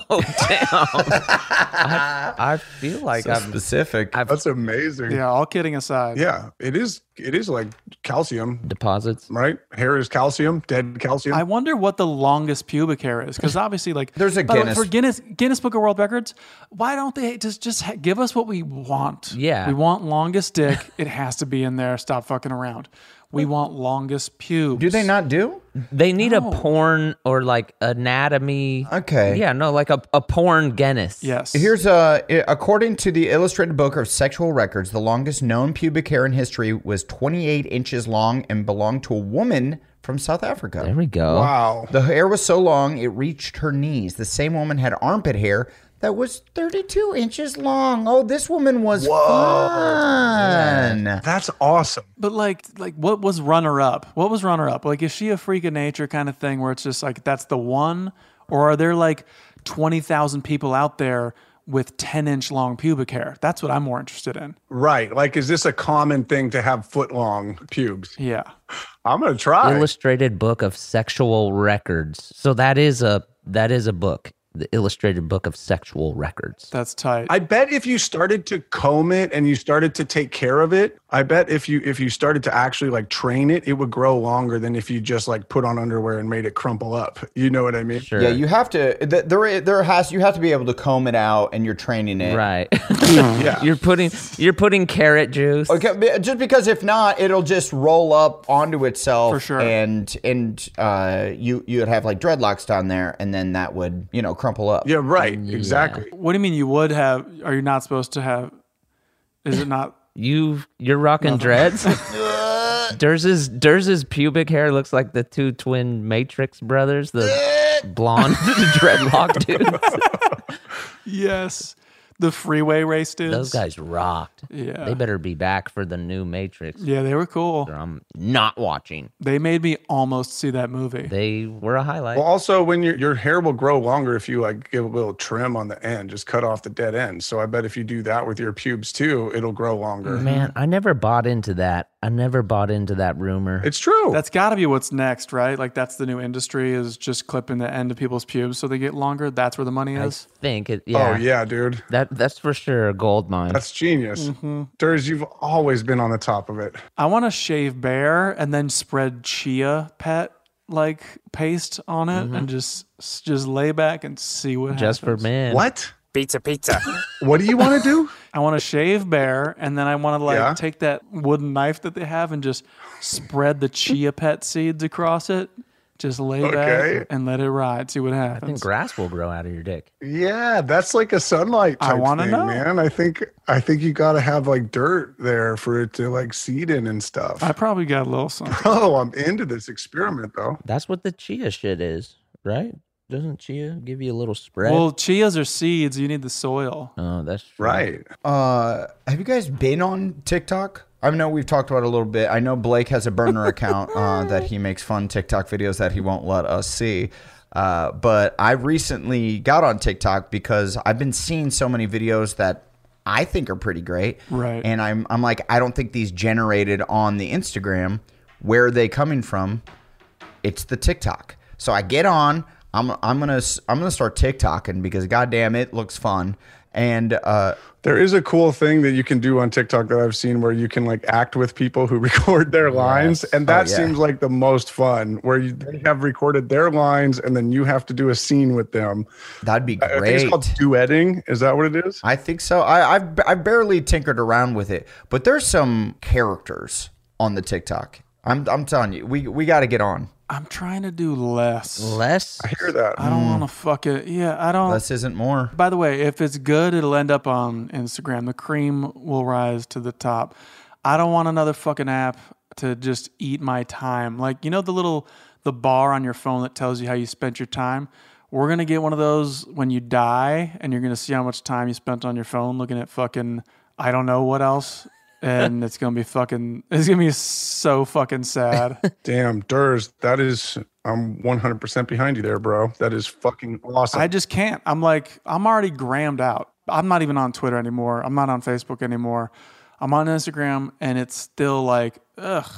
E: Oh damn! I, I feel like
D: So
E: I'm.
D: specific.
E: I've
F: That's amazing.
C: Yeah, all kidding aside.
F: Yeah, it is. It is like calcium,
E: deposits.
F: right? Hair is calcium, dead calcium.
C: I wonder what the longest pubic hair is, because obviously, like,
D: There's a
C: by the way,
D: Guinness.
C: for Guinness Guinness Book of World Records. Why don't they just just ha- give us what we want?
E: Yeah.
C: we want longest dick. it has to be in there. Stop fucking around. We want longest pubes.
D: Do they not do?
E: They need a porn or like anatomy.
D: Okay.
E: Yeah, no, like a, a porn Guinness.
C: Yes.
D: Here's a according to the Illustrated Book of Sexual Records, the longest known pubic hair in history was 28 inches long and belonged to a woman from South Africa.
E: There we go.
F: wow.
D: The hair was so long it reached her knees. The same woman had armpit hair that was 32 inches long. Oh, this woman was fun.
F: That's awesome.
C: But like, like what was runner up? What was runner up? Like, is she a freak of nature kind of thing where it's just like that's the one, or are there like twenty thousand people out there with 10 inch long pubic hair. That's what I'm more interested in.
F: Right. Like, is this a common thing to have foot long pubes?
C: Yeah.
F: I'm gonna try.
E: Illustrated book of sexual records. So that is a that is a book. The illustrated book of sexual records.
C: That's tight.
F: I bet if you started to comb it and you started to take care of it, I bet if you if you started to actually like train it, it would grow longer than if you just like put on underwear and made it crumple up. You know what I mean?
D: Yeah, you have to. th- There, i- there has you have to be able to comb it out, and you're training it.
E: Right. yeah. You're putting you're putting carrot juice.
D: Okay, be- just because if not, it'll just roll up onto itself.
C: For sure.
D: And and uh, you you would have like dreadlocks down there, and then that would you know crumple up.
F: Yeah. Right. Exactly.
C: What do you mean you would have? Are you not supposed to have? Is it not?
E: You you're rocking dreads. Durs's Durs's pubic hair looks like the two twin Matrix brothers, the blonde dreadlock dudes.
C: yes. The freeway race dudes.
E: Those guys rocked.
C: Yeah.
E: They better be back for the new Matrix.
C: Yeah, they were cool.
E: I'm not watching.
C: They made me almost see that movie.
E: They were a highlight.
F: Well, also when your your hair will grow longer if you like give a little trim on the end, just cut off the dead end. So I bet if you do that with your pubes too, it'll grow
C: Mm.
F: longer.
E: Man, I never bought into that. I never bought into that rumor.
F: it's true.
C: That's got to be what's next, right? Like that's the new industry is just clipping the end of people's pubes so they get longer. That's where the money
E: I
C: is.
E: think it. Yeah.
F: Oh yeah, dude.
E: That that's for sure a gold mine.
F: That's genius.
C: Mm-hmm.
F: Durs, you've always been on the top of it.
C: I want to shave bare and then spread chia pet like paste on it and just just lay back and see what
E: Mm-hmm. just for
C: happens.
E: men.
F: What?
G: Pizza, pizza.
F: What do you want to do?
C: I want to shave bare and then I want to like
F: Yeah.
C: take that wooden knife that they have and just spread the chia pet seeds across it. Just lay
F: Okay.
C: back and let it ride. See what
E: I think
C: happens.
E: grass will grow out of your dick.
F: Yeah, that's like a sunlight
C: I
F: type
C: wanna
F: thing,
C: know.
F: man. I think I think you got to have like dirt there for it to like seed in and stuff.
C: I probably got a little something.
F: oh, I'm into this experiment though.
E: That's what the chia shit is, right? Doesn't chia give you a little spread?
C: Well, chias are seeds. You need the soil.
E: oh, that's true.
F: Right.
D: Uh, have you guys been on TikTok? I know we've talked about it a little bit. I know Blake has a burner account uh, that he makes fun TikTok videos that he won't let us see. Uh, but I recently got on TikTok because I've been seeing so many videos that I think are pretty great.
C: Right.
D: And I'm I'm like I don't think these generated on the Instagram. Where are they coming from? it's the TikTok. So I get on. I'm I'm gonna I'm gonna start TikToking because goddamn it looks fun. And uh,
F: There is a cool thing that you can do on TikTok that I've seen where you can like act with people who record their lines, and that
D: yeah.
F: seems like the most fun. Where you, they have recorded their lines, and then you have to do a scene with them.
D: that'd be
F: I think
D: great.
F: it's called duetting. Is that what it is?
D: I think so. I I've, I've barely tinkered around with it, but there's some characters on the TikTok. I'm I'm telling you, we we got to get on.
C: I'm trying to do less.
E: Less.
F: I hear that.
C: I don't
E: mm.
C: want to fuck it. Yeah, I don't.
D: Less isn't more.
C: By the way, if it's good, it'll end up on Instagram. The cream will rise to the top. I don't want another fucking app to just eat my time. Like, you know the little the bar on your phone that tells you how you spent your time? We're going to get one of those when you die and you're going to see how much time you spent on your phone looking at fucking I don't know what else. And it's going to be fucking it's going to be so fucking sad.
F: Damn, Durs, that is. I'm 100% behind you there, bro. That is fucking awesome.
C: I just can't. I'm like, I'm already grammed out. I'm not even on Twitter anymore. I'm not on Facebook anymore. I'm on Instagram, and it's still like, ugh,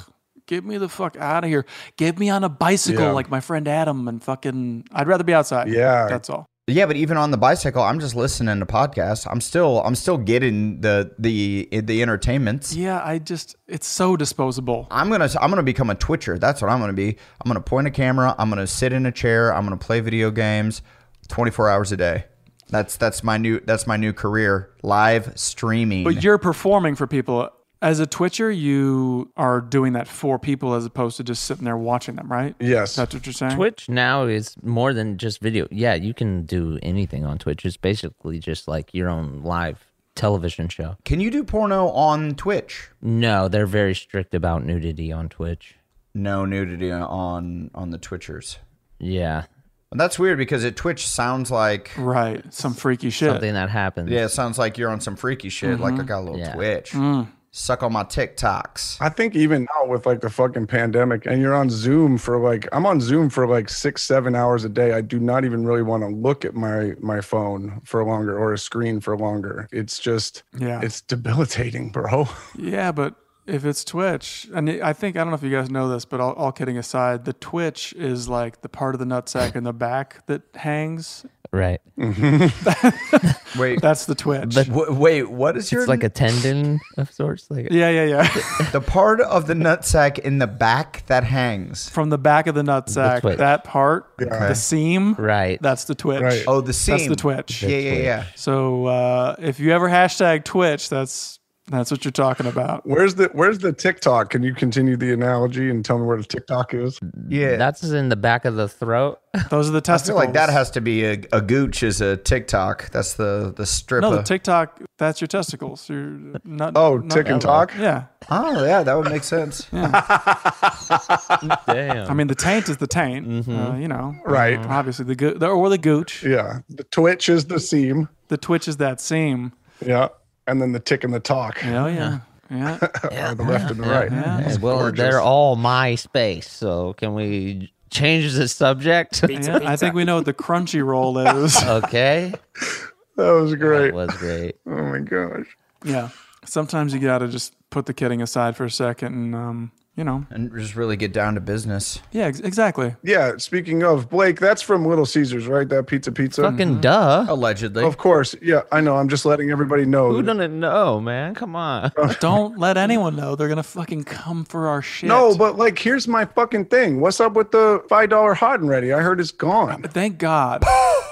C: get me the fuck out of here. Get me on a bicycle
F: Yeah.
C: like my friend Adam and fucking, I'd rather be outside.
F: Yeah.
C: That's all.
D: Yeah, but even on the bicycle, I'm just listening to podcasts. I'm still I'm still getting the the the entertainments.
C: Yeah, I just, it's so disposable.
D: I'm gonna I'm gonna become a twitcher. That's what I'm gonna be. I'm gonna point a camera. I'm gonna sit in a chair. I'm gonna play video games, 24 hours a day. That's that's my new that's my new career. Live streaming.
C: But you're performing for people. As a Twitcher, you are doing that for people as opposed to just sitting there watching them, right?
F: yes.
C: That's what you're saying?
E: Twitch now is more than just video. Yeah, you can do anything on Twitch. It's basically just like your own live television show.
D: Can you do porno on Twitch?
E: No, they're very strict about nudity on Twitch.
D: No nudity on on the Twitchers.
E: Yeah,
D: And that's weird because at Twitch sounds like
C: Right. Some freaky shit.
E: something that happens.
D: yeah, it sounds like you're on some freaky shit. Like I got a little
E: Yeah.
D: Twitch. Suck on my TikToks.
F: I think even now with like the fucking pandemic and you're on Zoom for like I'm on Zoom for like 6 7 hours a day. I do not even really want to look at my my phone for longer or a screen for longer. It's just
C: Yeah.
F: it's debilitating, bro.
C: Yeah, but if it's Twitch, and I think I don't know if you guys know this, but all, all kidding aside, the Twitch is like the part of the nutsack in the back that hangs.
E: Right.
C: wait, that's the Twitch.
D: wait, what is
E: It's
D: your?
E: like a tendon of sorts. Like
C: yeah, yeah, yeah.
D: the part of the nutsack in the back that hangs.
C: From the back of the nutsack,
D: Twitch.
C: that part,
D: Yeah.
C: the seam,
E: right?
C: That's the Twitch.
D: Right. Oh, the
C: That's
D: seam.
C: the Twitch.
D: The Yeah, yeah, Twitch. yeah.
C: So uh, if you ever hashtag Twitch, that's that's what you're talking about.
F: Where's the where's the TikTok? Can you continue the analogy and tell me where the TikTok is?
D: Yeah.
E: That's in the back of the throat.
C: Those are the
D: I feel
C: testicles.
D: like that has to be a, a gooch is a TikTok. That's the the strip.
C: no, the
D: of-
C: TikTok. That's your testicles. Your nut.
D: Oh,
C: nut-
D: tick and tock?
C: Yeah.
D: oh yeah, that would make sense.
E: Damn.
C: I mean, the taint is the taint.
E: Mm-hmm.
C: Uh, you know.
F: Right.
C: Obviously, the, go- the or the gooch.
F: Yeah. The Twitch is the seam.
C: The Twitch is that seam.
F: Yeah. And then the tick and the talk.
C: Oh yeah. Yeah.
F: Or the left and the right.
E: Yeah, well, they're all my space. So can we change the subject?
C: Yeah, I think we know what the crunchy roll is.
E: okay.
F: That was great.
E: That was great.
F: Oh my gosh.
C: Yeah. Sometimes you gotta just put the kidding aside for a second and um, you know.
D: And just really get down to business.
C: Yeah, ex- exactly.
F: Yeah. Speaking of Blake, that's from Little Caesars, right? That pizza pizza.
E: Fucking duh.
F: Oh,
D: Allegedly.
F: Of course. Yeah. I know. I'm just letting everybody know.
E: Who doesn't know, man? Come on.
C: Don't let anyone know. They're gonna fucking come for our shit.
F: No, but like, here's my fucking thing. What's up with the five dollar hot and ready? I heard it's gone.
C: Thank God.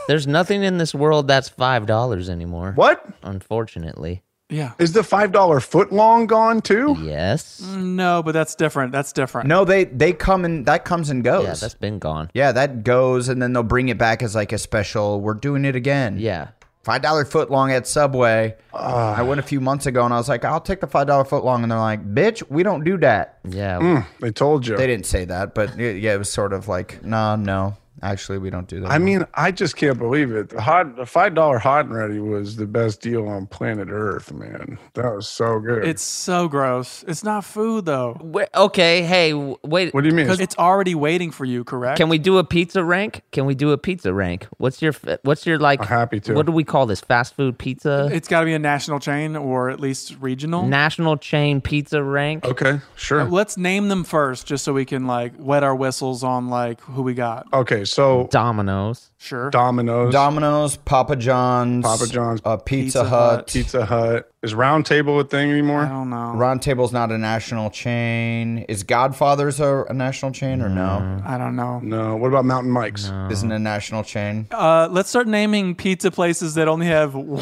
E: There's nothing in this world that's five dollars anymore.
F: What
E: Unfortunately.
C: Yeah.
F: is the five dollar foot long gone too?
E: Mm-hmm. Yes.
F: Mm.
C: No, but that's different. That's different.
D: No, they they come and that comes and goes.
E: Yeah, that's been gone.
D: Yeah, that goes, and then they'll bring it back as like a special. We're doing it again.
E: Yeah.
D: Five dollar foot long at Subway. I went a few months ago, and I was like, "I'll take the five dollar foot long," and they're like, "Bitch, we don't do that."
E: Yeah.
F: Mm, they told you.
D: They didn't say that, but y- yeah, it was sort of like, "No, no, actually, we don't do that."
F: I mean, I just can't believe it. The hot, the five dollar hot and ready was the best deal on planet Earth, man. That was so good.
C: It's so gross. It's not food though.
E: Wait, okay. Hey, w- wait.
F: what do you mean?
C: Because it's already waiting for you, correct?
E: Can we do a pizza rank? Can we do a pizza rank? What's your f- What's your like?
F: I'm happy to.
E: What do we call this? Fast food pizza.
C: it's gotta be a national chain or at least regional. Uh,
E: National chain pizza rank.
F: okay, sure.
C: Let's name them first just so we can like wet our whistles on like who we got.
F: Okay, so
E: Domino's.
C: Sure.
F: Domino's,
D: Domino's, Papa John's,
F: Papa John's,
D: uh, Pizza,
C: Pizza
D: Hut.
C: Hut.
F: Pizza Hut. Is Round Table a thing
C: I
F: anymore?
C: don't know.
D: Round Table's not a national chain. Is Godfather's a, a national chain or
E: Mm-hmm.
D: no?
C: I don't know.
F: No. What about Mountain Mike's?
D: Isn't a national chain.
C: Uh, let's start naming pizza places that only have one.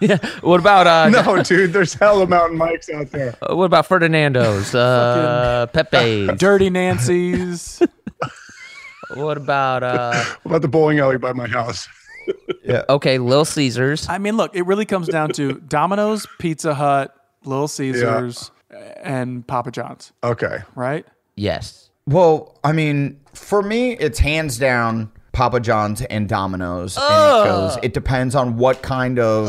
E: Yeah. What about uh?
F: No, dude. There's hella Mountain Mike's out there.
E: uh, What about Ferdinando's? Uh, Pepe's.
C: Dirty Nancy's.
E: What about uh?
F: What about the bowling alley by my house?
E: Okay, Little Caesars.
C: I mean, look, it really comes down to Domino's, Pizza Hut, Little Caesars, and Papa John's,
F: Okay.
C: right?
E: Yes.
D: Well, I mean, for me, it's hands down Papa John's and Domino's. And it goes. It depends on what kind of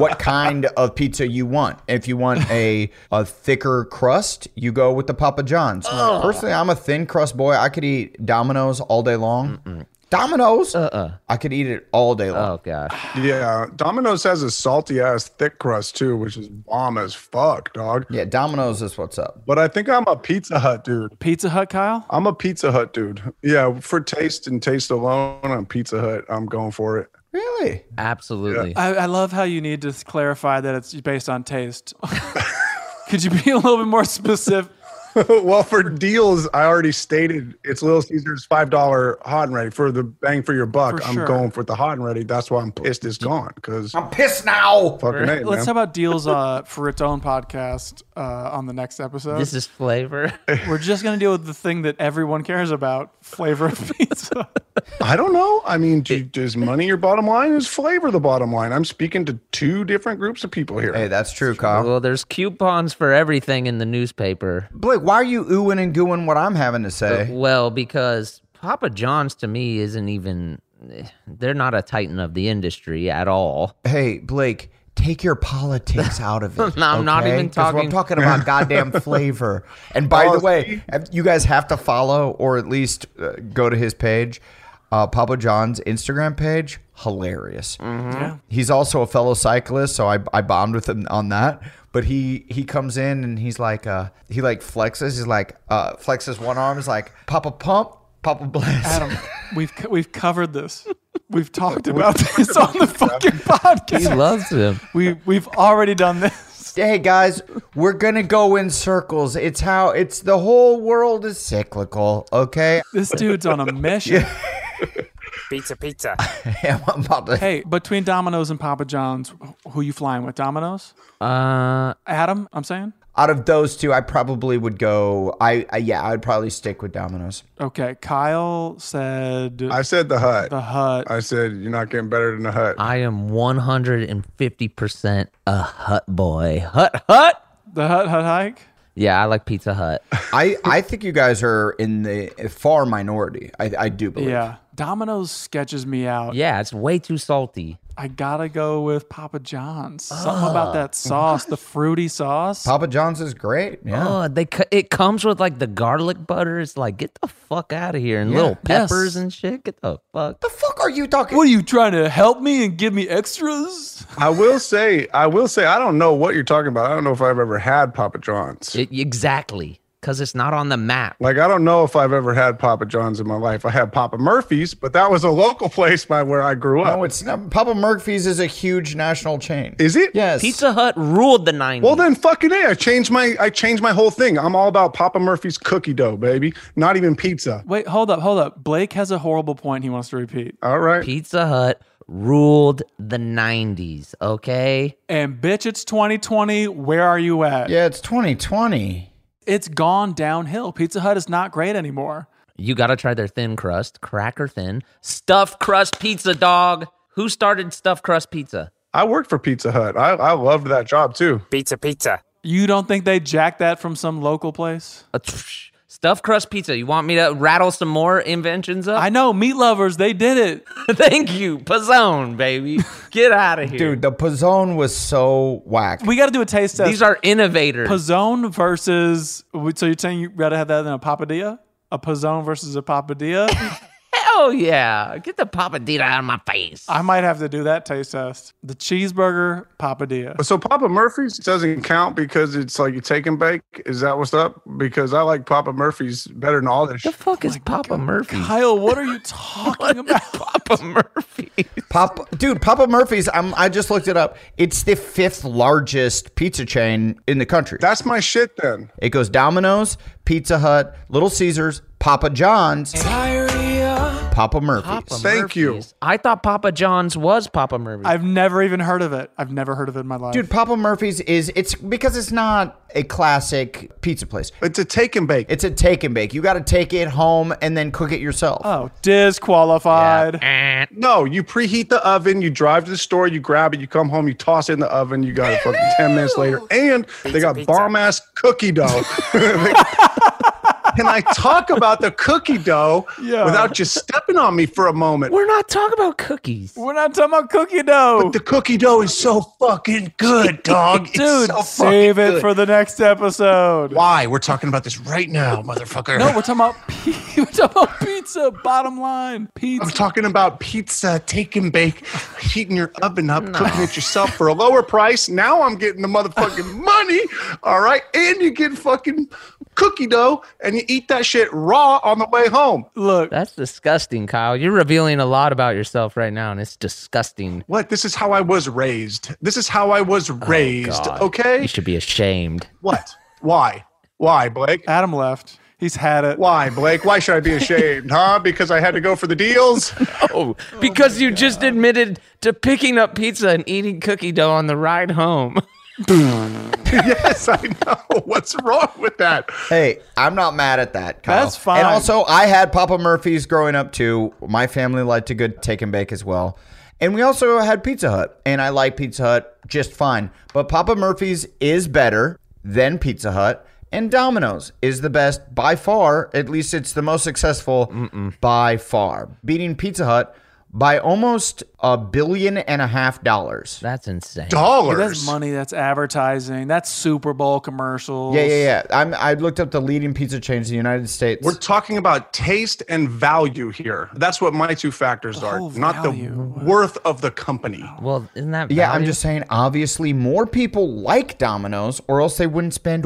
D: what kind of pizza you want. If you want a a thicker crust, you go with the Papa John's. Personally, I'm a thin crust boy. I could eat Domino's all day long. Domino's. Uh-uh. I could eat it all day long.
E: Oh gosh.
F: Yeah. Domino's has a salty ass thick crust too, which is bomb as fuck, dog.
D: Yeah, Domino's is what's up.
F: But I think I'm a Pizza Hut dude.
C: Pizza Hut, Kyle?
F: I'm a Pizza Hut dude. Yeah, for taste and taste alone, I'm Pizza Hut. I'm going for it.
D: Really?
E: Absolutely.
C: I, I love how you need to clarify that it's based on taste. Could you be a little bit more specific?
F: well, for deals, I already stated it's Little Caesars five dollar hot and ready for the bang for your buck.
C: For
F: I'm
C: sure.
F: going for the hot and ready. That's why I'm pissed it's gone because
D: I'm pissed now.
F: fucking A,
C: Let's
F: man.
C: talk about deals uh, for its own podcast uh, on the next episode.
E: This is flavor.
C: We're just going to deal with the thing that everyone cares about flavor of pizza.
F: I don't know. I mean, do, is money your bottom line? Is flavor the bottom line? I'm speaking to two different groups of people here.
D: Hey, that's true, Kyle.
E: Well, there's coupons for everything in the newspaper.
D: Blake, why are you oohing and gooing what I'm having to say?
E: Well, because Papa John's to me isn't even. They're not a titan of the industry at all.
D: Hey, Blake, Take your politics out of it.
E: No, I'm not
D: okay?
E: even
D: 'Cause we're
E: talking- Oh,
D: talking about goddamn flavor. And by the way, you guys have to follow or at least uh, go to his page, uh, Papa John's Instagram page. Hilarious.
E: Yeah.
D: He's also a fellow cyclist, so I, I bombed with him on that. But he he comes in and he's like uh he like flexes. He's like uh flexes one arm. He's like Papa Pump, Papa Bless.
C: Adam, we've co- we've covered this. We've talked about this on the fucking podcast.
E: He loves him.
C: We we've already done this.
D: Hey guys, we're gonna go in circles. It's how it's the whole world is cyclical. Okay,
C: This dude's on a mission.
O: Pizza, pizza.
D: Yeah, I'm about to-
C: Hey, between Domino's and Papa John's, wh- who you flying with? Domino's?
E: Uh,
C: Adam, I'm saying?
D: out of those two, I probably would go. I, I yeah, I'd probably stick with Domino's.
C: Okay, Kyle said
F: I said the hut.
C: The hut.
F: I said you're not getting better than the hut.
E: I am 150% a hut boy. Hut, hut.
C: The hut, hut hike?
E: Yeah, I like Pizza Hut.
D: I I think you guys are in the far minority. I I do believe.
C: Yeah. Domino's sketches me out.
E: Yeah, it's way too salty.
C: I gotta go with Papa John's. Something about that sauce, the fruity sauce.
D: Papa John's is great. Yeah.
E: Oh, they cu- it comes with like the garlic butter. It's like get the fuck out of here and
D: Yeah.
E: little
C: Yes.
E: peppers and shit. Get the fuck.
D: the fuck are you talking?
C: What are you trying to help me and give me extras?
F: I will say, I will say, I don't know what you're talking about. I don't know if I've ever had Papa John's.
E: It, E, exactly, because it's not on the map.
F: Like I don't know if I've ever had Papa John's in my life. I had Papa Murphy's, but that was a local place by where I grew up.
D: No, it's not. Papa Murphy's is a huge national chain.
F: Is it?
D: Yes.
E: Pizza Hut ruled the nineties.
F: Well then, fucking it. I changed my I changed my whole thing. I'm all about Papa Murphy's cookie dough, baby. Not even pizza.
C: Wait, hold up, hold up. Blake has a horrible point he wants to repeat.
F: All right.
E: Pizza Hut ruled the nineties. Okay,
C: And bitch, it's 2020. Where are you at?
D: Yeah, it's 2020.
C: It's gone downhill. Pizza Hut is not great anymore.
E: you got to try their thin crust, cracker thin, stuffed crust pizza, dog. Who started stuffed crust pizza?
F: I worked for Pizza Hut. I, I loved that job too.
O: Pizza, pizza.
C: You don't think they jacked that from some local place?
E: A tsh- Stuffed crust pizza. You want me to rattle some more inventions up?
C: I know, meat lovers, they did it.
E: Thank you, Pizzone, baby. Get out of here,
D: Dude, the Pizzone was so whack.
C: We got to do a taste test.
E: These are innovators.
C: Pizzone versus. So you're saying you rather have that than a papadilla? A Pizzone versus a papadilla?
E: Hell Oh, yeah. Get the papadita out of my face.
C: I might have to do that taste test. The cheeseburger papadilla.
F: So Papa Murphy's doesn't count because it's like you take and bake. Is that what's up? Because I like Papa Murphy's better than all this.
E: the fuck is Papa Murphy's?
C: Kyle, what are you talking about?
E: Papa Murphy's.
D: Papa, dude, Papa Murphy's. I'm, I just looked it up. It's the fifth largest pizza chain in the country.
F: That's my shit then.
D: it goes Domino's, Pizza Hut, Little Caesars, Papa John's, Papa Murphy's.
F: Thank you.
E: Murphy's. I thought Papa John's was Papa Murphy's.
C: I've never even heard of it. I've never heard of it in my life.
D: Dude, Papa Murphy's is it's because it's not a classic pizza place.
F: It's a take and bake.
D: It's a take and bake. You got to take it home and then cook it yourself.
C: Oh, disqualified.
E: Eh,
F: No, you preheat the oven, you drive to the store, you grab it, you come home, you toss it in the oven, you got it fucking 10 minutes later. And they got
O: pizza.
F: bomb ass cookie dough. Can I talk about the cookie dough
C: Yeah.
F: without just stepping on me for a moment?
E: We're not talking about cookies.
C: We're not talking about cookie dough.
F: The cookie dough is so fucking good, dog. It's
C: Dude,
F: so
C: save
F: fucking
C: it
F: good.
C: for the next episode.
F: why. We're talking about this right now, motherfucker.
C: No, we're talking about p- we're talking about pizza. Bottom line,
F: I'm
C: pizza.
F: talking about pizza, take and bake, heating your oven up, cooking it yourself for a lower price. Now I'm getting the motherfucking money. All right. And you get fucking cookie dough and you eat that shit raw on the way home.
C: Look,
E: That's disgusting, Kyle. You're revealing a lot about yourself right now, and it's disgusting.
F: What? This is how I was raised. This is how I was raised.
E: God.
F: okay.
E: You should be ashamed.
F: What? Why? Why, Blake?
C: Adam left. He's had it.
F: Why, Blake? Why should I be ashamed, huh? Because I had to go for the deals?
E: Oh, because you just admitted to picking up pizza and eating cookie dough on the ride home.
F: yes, I know. What's wrong with that?
D: Hey, I'm not mad at that. Kyle.
C: That's fine.
D: And also, I had Papa Murphy's growing up too. My family liked a good take and bake as well. And we also had Pizza Hut, and I like Pizza Hut just fine. But Papa Murphy's is better than Pizza Hut, and Domino's is the best by far. At least it's the most successful by far, beating Pizza Hut
P: by almost a billion and a half dollars.
B: That's insane.
Q: Dude, That's money. That's advertising. That's Super Bowl commercials.
P: Yeah, yeah, yeah. I'm, I looked up the leading pizza chains in the United States.
F: We're talking about taste and value here. That's what my two factors are, not the worth of the company.
Q: Oh.
B: Well, isn't that
P: Yeah, I'm just saying, obviously, more people like Domino's, or else they wouldn't spend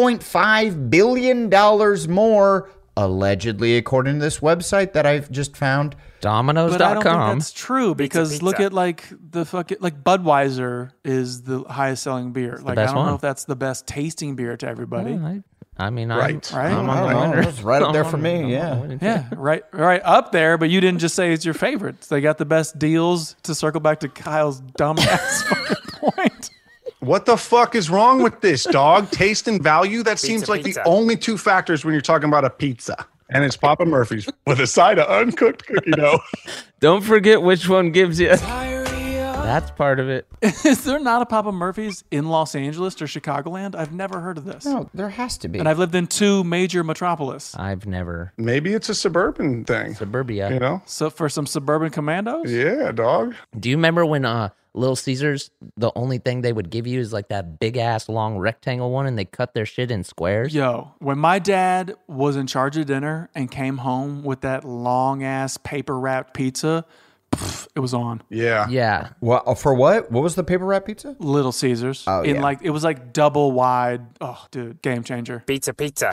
P: $1.5 billion more, allegedly, according to this website that I've just found.
Q: But I don't think
B: Domino's.com.
Q: that's true because look
P: pizza.
Q: at like the fucking like Budweiser is the highest selling beer. like I
B: best
Q: don't
B: one.
Q: know if that's the best tasting beer to everybody.
E: Oh,
B: All right. I mean,
Q: Right.
B: I'm,
Q: Right.
B: I'm
Q: I
B: on
Q: don't
B: the
Q: know.
B: winner.
Q: That's right up
B: I'm
Q: there for
B: on-
Q: me,
B: I'm on
Q: yeah.
B: the winner.
Q: Yeah, right, right up there. But you didn't just say it's your favorite. They got the best deals. To circle back to Kyle's dumbass fucking point.
F: What the fuck is wrong with this, dog? Taste and value? That seems like
Q: pizza.
F: the only two factors when you're talking about a pizza. And it's Papa Murphy's with a side of uncooked cookie dough.
B: Don't forget which one gives you. That's part of it.
Q: Is there not a Papa Murphy's in Los Angeles or Chicagoland? I've never heard of this.
P: No, there has to be.
Q: And I've lived in two major metropolis.
B: I've never.
F: Maybe it's a suburban thing.
B: Suburbia.
F: You know?
Q: So for some suburban commandos?
F: Yeah, dog.
B: Do you remember when uh, Little Caesars, the only thing they would give you is like that big ass long rectangle one and they cut their shit in squares?
Q: Yo, when my dad was in charge of dinner and came home with that long ass paper wrapped pizza, pff, it was on.
F: Yeah.
B: Yeah.
P: Well, for what? What was the paper wrap pizza?
Q: Little Caesars.
P: Oh,
Q: in
P: yeah.
Q: like it was like double wide. Oh, dude, game changer.
R: Pizza, pizza.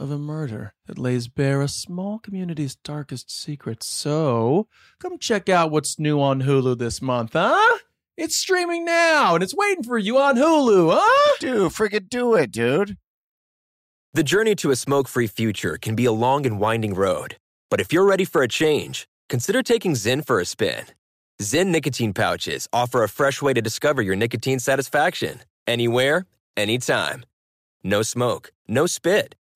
C: of a murder that lays bare a small community's darkest secrets. So, come check out what's new on Hulu this month, huh? It's streaming now and it's waiting for you on Hulu, huh?
D: Dude, friggin' do it, dude.
E: The journey to a smoke free future can be a long and winding road, but if you're ready for a change, consider taking Zen for a spin. Zen nicotine pouches offer a fresh way to discover your nicotine satisfaction anywhere, anytime. No smoke, no spit,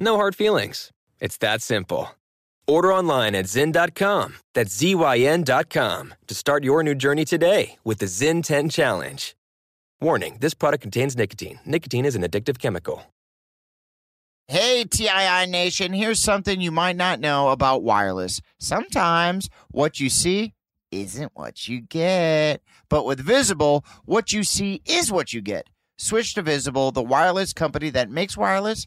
E: no hard feelings. It's that simple. Order online at Zen.com, that's Z-Y-N.com, to start your new journey today with the Zen 10 Challenge. Warning this product contains nicotine. Nicotine is an addictive chemical.
D: Hey, TII Nation, here's something you might not know about wireless. Sometimes what you see isn't what you get. But with Visible, what you see is what you get. Switch to Visible, the wireless company that makes wireless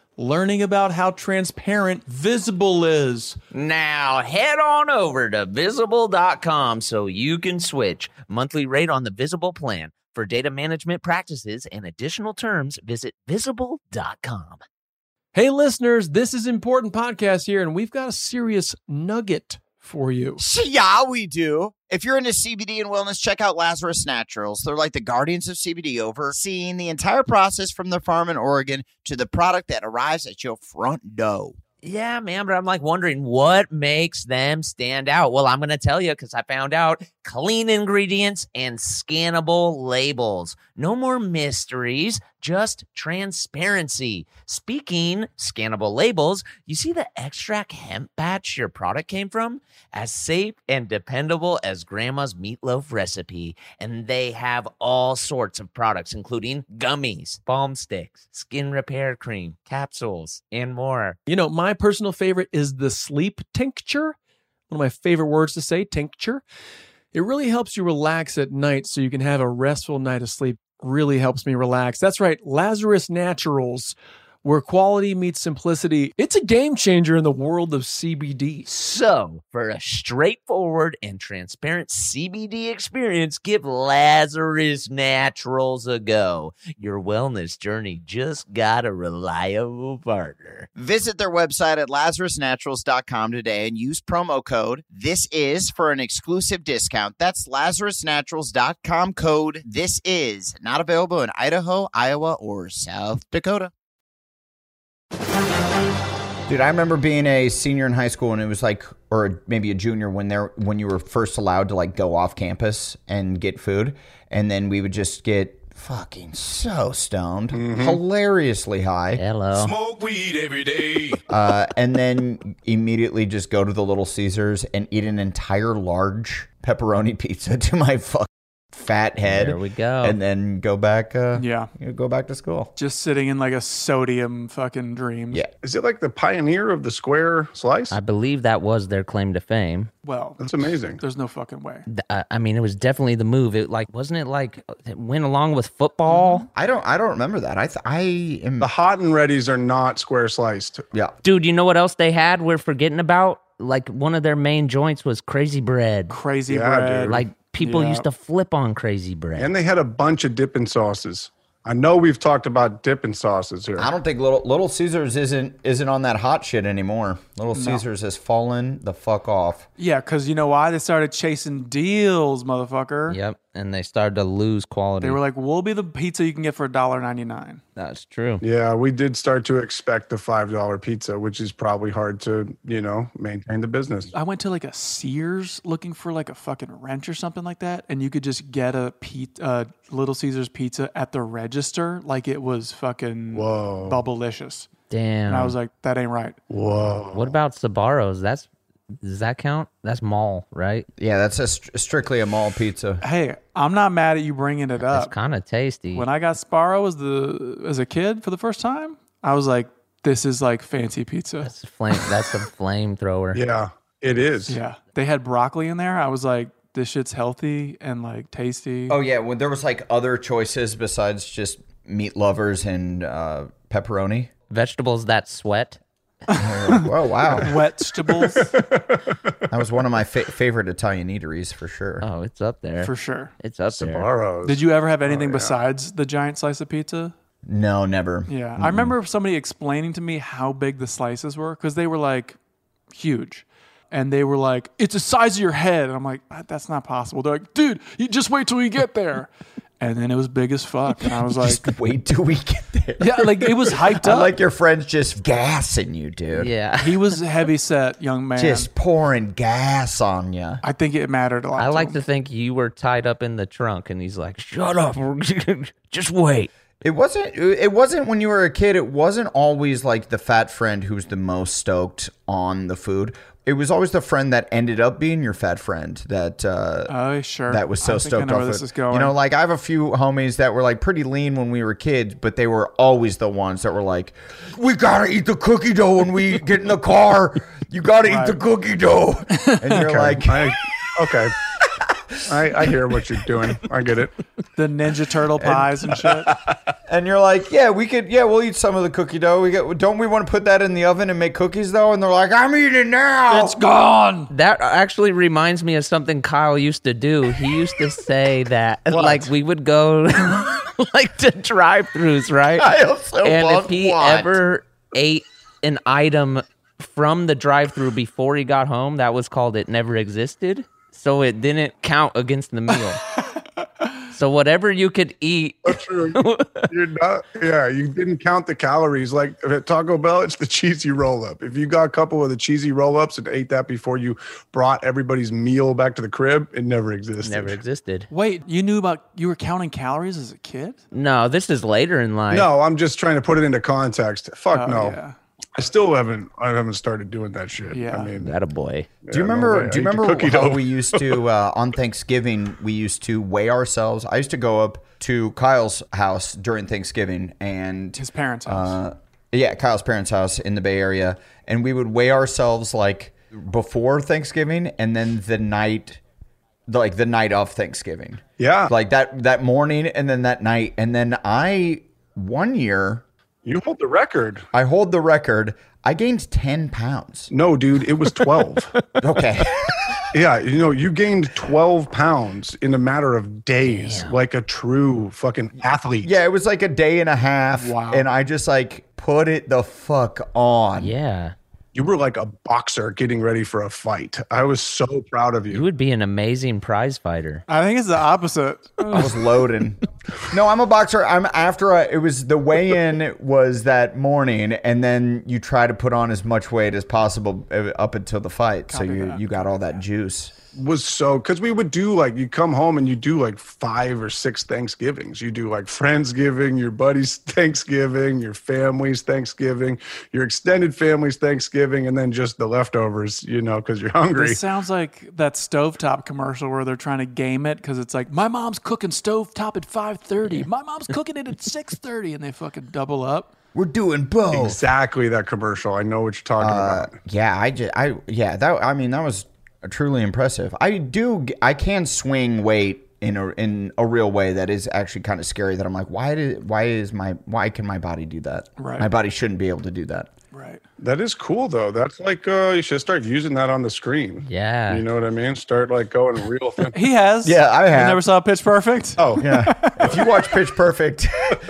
C: learning about how transparent Visible is.
A: Now head on over to visible.com so you can switch. Monthly rate on the visible plan. For data management practices and additional terms, visit visible.com.
C: Hey, listeners, this is Important Podcast here, and we've got a serious nugget for you.
D: Yeah, we do. If you're into CBD and wellness, check out Lazarus Naturals. They're like the guardians of CBD, overseeing the entire process from the farm in Oregon to the product that arrives at your front door.
A: yeah, man, but I'm like wondering what makes them stand out. Well, I'm going to tell you because I found out clean ingredients and scannable labels. No more mysteries, just transparency. Speaking scannable labels, you see the extract hemp batch your product came from? As safe and dependable as grandma's meatloaf recipe. And they have all sorts of products, including gummies, balm sticks, skin repair cream, capsules, and more.
B: You know, my personal favorite is the sleep tincture. One of my favorite words to say, tincture. It really helps you relax at night so you can have a restful night of sleep. Really helps me relax. That's right, Lazarus Naturals, where quality meets simplicity. It's a game changer in the world of CBD.
A: So, for a straightforward and transparent CBD experience, give Lazarus Naturals a go. Your wellness journey just got a reliable partner.
M: Visit their website at lazarusnaturals.com today and use promo code This Is for an exclusive discount. That's lazarusnaturals.com code This Is. Not available in Idaho, Iowa, or South Dakota.
D: Dude, I remember being a senior in high school, and it was like, or maybe a junior when there when you were first allowed to like go off campus and get food, and then we would just get fucking so stoned, hilariously high.
E: Hello.
H: Smoke weed every day.
D: uh, and then immediately just go to the Little Caesars and eat an entire large pepperoni pizza to my fuck fat head.
C: There we go.
D: And then go back. Uh,
C: Yeah.
D: You go back to school.
C: Just sitting in like a sodium fucking dream.
D: Yeah.
F: Is it like the pioneer of the square slice?
E: I believe that was their claim to fame.
C: Well,
F: that's amazing.
C: There's no fucking way.
E: Th- I- I mean, it was definitely the move. It like wasn't it like it went along with football?
D: Mm-hmm. I don't. I don't remember that. I. Th- I am.
F: The hot and readies are not square sliced.
D: Yeah.
E: Dude, you know what else they had? We're forgetting about like one of their main joints was crazy bread.
C: Crazy
F: Yeah, bread. dude.
E: Like people
F: Yeah.
E: used to flip on crazy bread.
F: And they had a bunch of dipping sauces. I know we've talked about dipping sauces here.
D: I don't think Little Little Caesars isn't isn't on that hot shit anymore. Little
C: No.
D: Caesars has fallen the fuck off.
C: Yeah, because you know why? They started chasing deals, motherfucker.
E: yep, and they started to lose quality.
C: They were like, we'll be the pizza you can get for $1.99.
E: "That's true."
F: Yeah, we did start to expect the five dollar pizza, which is probably hard to you know maintain the business.
C: I went to like a Sears looking for like a fucking wrench or something like that, and you could just get a pe- uh, Little Caesars pizza at the register, like it was fucking
F: Whoa.
C: bubblelicious.
E: Damn.
C: And I was like, that ain't right.
F: Whoa.
D: Oh.
E: "What about Sabaros? That's does that count? That's mall, right?
D: Yeah, that's a str- strictly a mall pizza.
C: Hey, I'm not mad at you bringing it
D: Uh,
E: It's
C: up.
E: kind of tasty."
C: When I got Sparrow as the as a kid for the first time, I was like, this is like fancy pizza.
E: that's a flame. That's a flamethrower.
F: Yeah, it is.
C: Yeah, they had broccoli in there. I was like, this shit's healthy and like tasty.
D: Oh yeah, well, there was like other choices besides just meat lovers and uh, pepperoni.
E: Vegetables that sweat.
D: oh wow,
C: Vegetables
D: that was one of my fa- favorite Italian eateries for sure.
E: Oh, it's up there.
C: for sure.
E: It's up there.
F: Sabaros.
C: Did you ever have anything besides the giant slice of pizza?
D: No, never.
C: Yeah, Mm-hmm. I remember somebody explaining to me how big the slices were because they were like huge. And they were like, it's the size of your head. And I'm like, "Ah, that's not possible. They're like, dude, you just wait till we get there. And then it was big as fuck. And I was like,
D: Wait till we get there.
C: yeah, like it was hyped
D: I
C: up.
D: like your friends just gassing you, dude.
E: Yeah.
C: he was heavy set, young man.
D: Just pouring gas on you.
C: I think it mattered a lot.
E: I like
C: him.
E: to think you were tied up in the trunk, and he's like, "Shut up, just wait."
D: It wasn't. It wasn't when you were a kid. It wasn't always like the fat friend who's the most stoked on the food. It was always the friend that ended up being your fat friend that uh,
C: Oh, sure.
D: that was so
C: I think
D: stoked
C: I know where
D: off
C: this
D: it.
C: is going.
D: You know, like I have a few homies that were like pretty lean when we were kids, but they were always the ones that were like, "We gotta eat the cookie dough when we get in the car. You gotta eat the cookie dough." And you're like,
F: I, okay. I, I hear what you're doing. I get it.
C: the Ninja Turtle pies and shit.
D: and you're like, "Yeah, we could. Yeah, we'll eat some of the cookie dough. We get, don't we want to put that in the oven and make cookies though?" And they're like, "I'm eating now."
C: it's gone.
E: That actually reminds me of something Kyle used to do. He used to say that, like, we would go, like, to drive-throughs, right?
D: Kyle so
E: and if
D: loved
E: he
D: what?
E: ever ate an item from the drive-through before he got home, that was called "it never existed," so it didn't count against the meal. So whatever you could eat,
F: Oh, true. You're not. Yeah, you didn't count the calories. Like at Taco Bell, it's the cheesy roll up. If you got a couple of the cheesy roll ups and ate that before you brought everybody's meal back to the crib, it never existed.
E: never existed.
C: Wait, you knew about you were counting calories as a kid?
E: No, this is later in life.
F: No, I'm just trying to put it into context. Fuck
C: Oh,
F: no.
C: yeah.
F: I still haven't. I haven't started doing that shit.
C: Yeah.
F: I mean,
E: that a boy.
D: Do you
F: Yeah, no
D: remember?
F: way.
D: do you
F: I eat the
D: remember
F: cookie
D: how
F: dough.
D: we used to uh, on Thanksgiving? We used to weigh ourselves. I used to go up to Kyle's house during Thanksgiving and
C: his parents' house.
D: Uh, yeah, Kyle's parents' house in the Bay Area, and we would weigh ourselves like before Thanksgiving and then the night, like the night of Thanksgiving.
F: Yeah,
D: like that that morning and then that night, and then I one year
F: you hold the record.
D: I hold the record. I gained ten pounds.
F: No, dude, it was 12.
D: okay.
F: yeah, you know, you gained 12 pounds in a matter of days, like a true fucking athlete.
D: Yeah, it was like a day and a half.
F: Wow.
D: And I just like put it the fuck on.
E: Yeah.
F: You were like a boxer getting ready for a fight. I was so proud of you.
E: You would be an amazing prize fighter.
C: I think it's the opposite.
D: I was loading. no, I'm a boxer. I'm after I, it was the weigh in was that morning, and then you try to put on as much weight as possible uh, up until the fight. so you you got all that juice.
F: was so because we would do like you come home and you do like five or six Thanksgivings. You do like Friendsgiving, your buddies Thanksgiving, your family's Thanksgiving, your extended family's Thanksgiving, and then just the leftovers, you know, because you're hungry.
C: This sounds like that stovetop commercial where they're trying to game it because it's like my mom's cooking stovetop at five thirty, my mom's cooking it at six thirty, and they fucking double up.
D: We're doing both.
F: Exactly that commercial. I know what you're talking
D: Uh,
F: about.
D: yeah, I just I yeah that I mean that was truly impressive. I do g- I can swing weight in a in a real way that is actually kind of scary. That I'm like, why did why is my why can my body do that?
C: Right.
D: my body shouldn't be able to do that.
C: Right.
F: That is cool though. That's like uh you should start using that on the screen.
E: Yeah.
F: You know what I mean? Start like going real thin.
C: He has.
D: Yeah, Uh, I
C: You
D: have.
C: never saw Pitch Perfect.
F: Oh
D: Yeah. if you watch Pitch Perfect,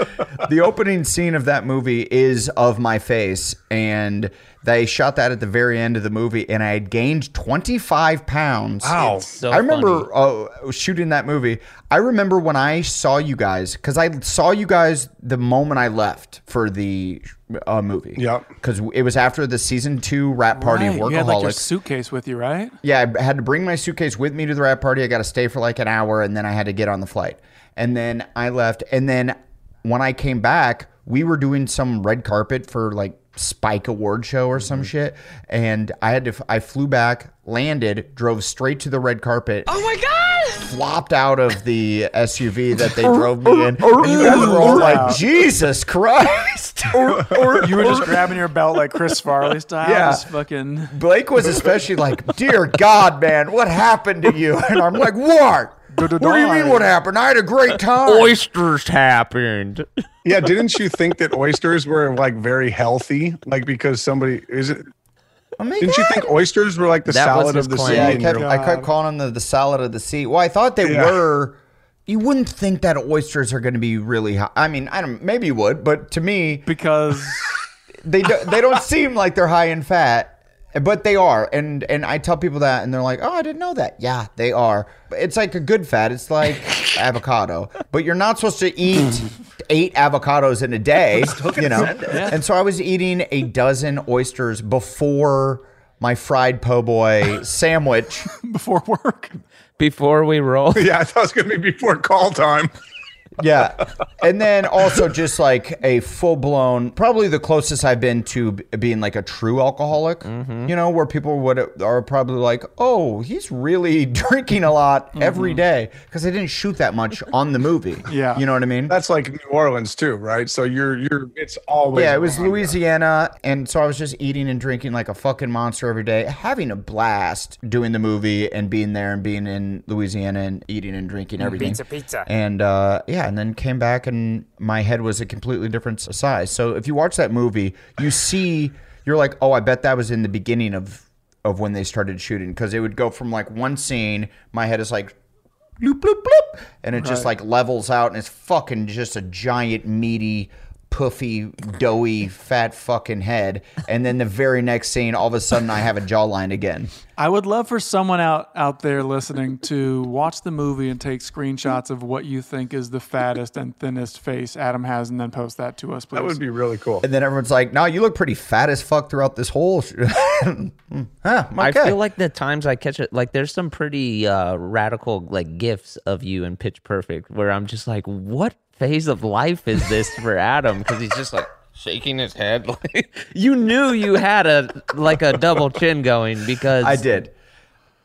D: the opening scene of that movie is of my face. And they shot that at the very end of the movie. And I had gained 25 pounds.
F: Wow. It's
E: so
D: I remember uh, shooting that movie. I remember when I saw you guys, because I saw you guys the moment I left for the uh, movie.
F: Yep.
D: Because it was after the season two rap party
C: Right,
D: workaholics.
C: You had like your suitcase with you, right?
D: Yeah, I had to bring my suitcase with me to the rap party. I got to stay for like an hour and then I had to get on the flight. And then I left. And then when I came back, we were doing some red carpet for like Spike Award show or some shit. And I had to, I flew back, landed, drove straight to the red carpet. Oh my God! Flopped out of the SUV that they drove me in. And you guys were all like, Jesus Christ.
C: You were just grabbing your belt like Chris Farley style.
D: Yeah.
C: Just fucking.
D: Blake was especially like, "Dear God, man, what happened to you?" And I'm like, "What? What do you mean what happened? I had a great time."
E: Oysters happened.
F: Yeah, didn't you think that oysters were like very healthy? Like because somebody is it
D: Oh my
F: Didn't you
D: God.
F: think oysters were like the
E: That was
F: salad
E: his
F: of the
E: claim.
F: sea?
D: Yeah, I
F: and
D: kept,
F: you're
D: I
F: like,
D: kept calling them the salad of the sea. Well, I thought they
F: Yeah.
D: were. You wouldn't think that oysters are going to be really high. I mean, I don't. Maybe you would, but to me,
C: Because
D: they do, they don't seem like they're high in fat, but they are. And and I tell people that, and they're like, "Oh, I didn't know that." Yeah, they are. It's like a good fat. It's like avocado, but you're not supposed to eat eight avocados in a day. You know. And so I was eating a dozen oysters before my fried po' boy sandwich.
C: before work,
E: Before we roll,
F: yeah, I thought it was gonna be before call time.
D: yeah. And then also just like a full blown, probably the closest I've been to b- being like a true alcoholic, you know, where people would are probably like, oh, he's really drinking a lot every day because they didn't shoot that much on the movie.
C: Yeah.
D: You know what I mean?
F: That's like New Orleans too, right? So you're you're it's always
D: yeah, it was
F: wrong.
D: Louisiana, and so I was just eating and drinking like a fucking monster every day, having a blast doing the movie and being there and being in Louisiana and eating and drinking everything.
O: Pizza, pizza.
D: And uh, yeah, and then came back and my head was a completely different s- size. So if you watch that movie, you see, you're like, oh, I bet that was in the beginning of of when they started shooting because it would go from like one scene, my head is like. Bloop, bloop, bloop, and it just like levels out, and it's fucking just a giant meaty puffy, doughy, fat fucking head. And then the very next scene, all of a sudden, I have a jawline again.
C: I would love for someone out out there listening to watch the movie and take screenshots of what you think is the fattest and thinnest face Adam has, and then post that to us, please.
D: would
F: be really cool.
D: And then everyone's like, "No, you look pretty fat as fuck throughout this whole." Sh- Hmm, huh,
E: I
D: okay.
E: feel like the times I catch it, like there's some pretty uh, radical like gifts of you in Pitch Perfect where I'm just like, what phase of life is this for Adam? Because he's just like shaking his head. Like you knew you had a like a double chin going because I
D: did.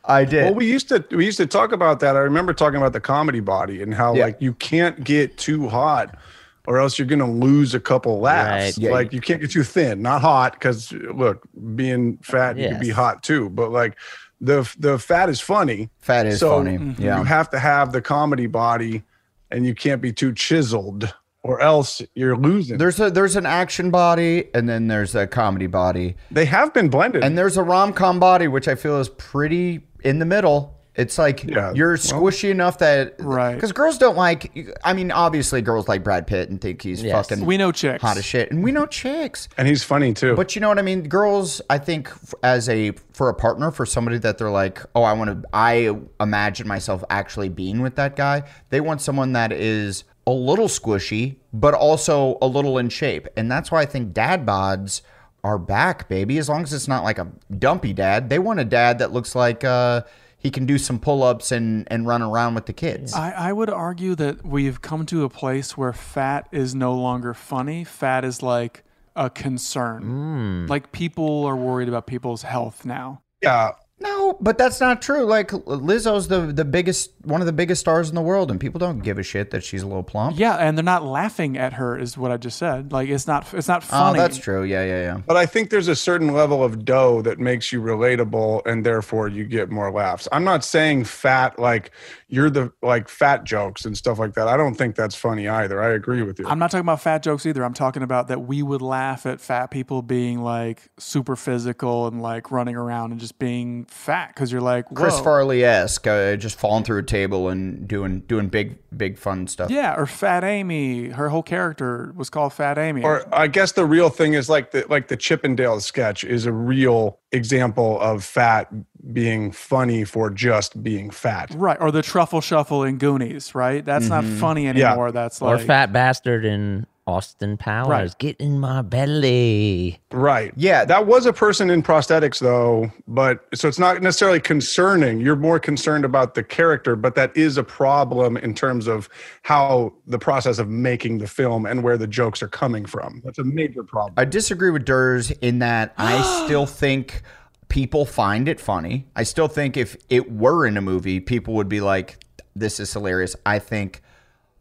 D: I did.
F: Well, we used to we used to talk about that. I remember talking about the comedy body and how
D: Yeah.
F: like you can't get too hot, or else you're gonna lose a couple laughs.
D: Right. Yeah,
F: like you can't get too thin, not hot, because look, being fat you can be
D: Yes.
F: hot too. But like the the fat is funny.
D: Fat is
F: So
D: funny, Mhm. yeah.
F: you have to have the comedy body, and you can't be too chiseled, or else you're losing.
D: There's a there's an action body and then there's a comedy body.
F: They have been blended.
D: And there's a rom com body, which I feel is pretty in the middle. It's like you're squishy enough that right because girls don't like. I mean, obviously, girls like Brad Pitt and think he's fucking.
C: We know chicks.
D: hot as shit, and we know chicks.
F: And he's funny too.
D: But you know what I mean? Girls, I think f- as a for a partner for somebody that they're like, oh, I want to. I imagine myself actually being with that guy. They want someone that is a little squishy, but also a little in shape, and that's why I think dad bods are back, baby. As long as it's not like a dumpy dad, they want a dad that looks like uh, he can do some pull ups and and run around with the kids.
C: I, I would argue that we've come to a place where fat is no longer funny. Fat is like a concern.
D: Mm.
C: Like people are worried about people's health now.
F: Yeah.
D: No, but that's not true. Like Lizzo's the the biggest one of the biggest stars in the world, and people don't give a shit that she's a little plump.
C: Yeah, and they're not laughing at her is what I just said. Like it's not it's not
D: Oh,
C: funny.
D: that's true. Yeah, yeah, yeah.
F: But I think there's a certain level of dough that makes you relatable and therefore you get more laughs. I'm not saying fat like you're the like fat jokes and stuff like that. I don't think that's funny either. I agree with you.
C: I'm not talking about fat jokes either. I'm talking about that we would laugh at fat people being like super physical and like running around and just being fat because you're like Whoa.
D: Chris Farley esque, uh, just falling through a table and doing doing big big fun stuff.
C: Yeah, or Fat Amy. Her whole character was called Fat Amy.
F: Or I guess the real thing is like the like the Chippendale sketch is a real example of fat being funny for just being fat.
C: Right, or the truffle shuffle in Goonies, right? That's not
E: Mhm.
C: funny
E: Yeah.
C: anymore. That's
E: or
C: like
E: fat bastard in Austin Powers.
C: Right.
E: Get in my belly.
F: Right.
D: Yeah.
F: That was a person in prosthetics though, but so it's not necessarily concerning. You're more concerned about the character, but that is a problem in terms of how the process of making the film and where the jokes are coming from. That's a major problem.
D: I disagree with Durs in that I still think people find it funny. I still think if it were in a movie, people would be like, "This is hilarious." I think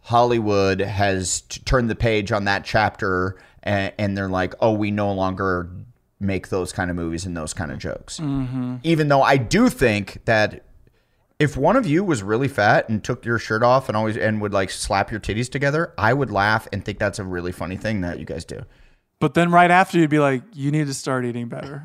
D: Hollywood has t- turned the page on that chapter, and, and they're like, "Oh, we no longer make those kind of movies and those kind of jokes."
C: Mhm.
D: Even though I do think that if one of you was really fat and took your shirt off and always and would like slap your titties together, I would laugh and think that's a really funny thing that you guys do.
C: But then right after you'd be like, you need to start eating better.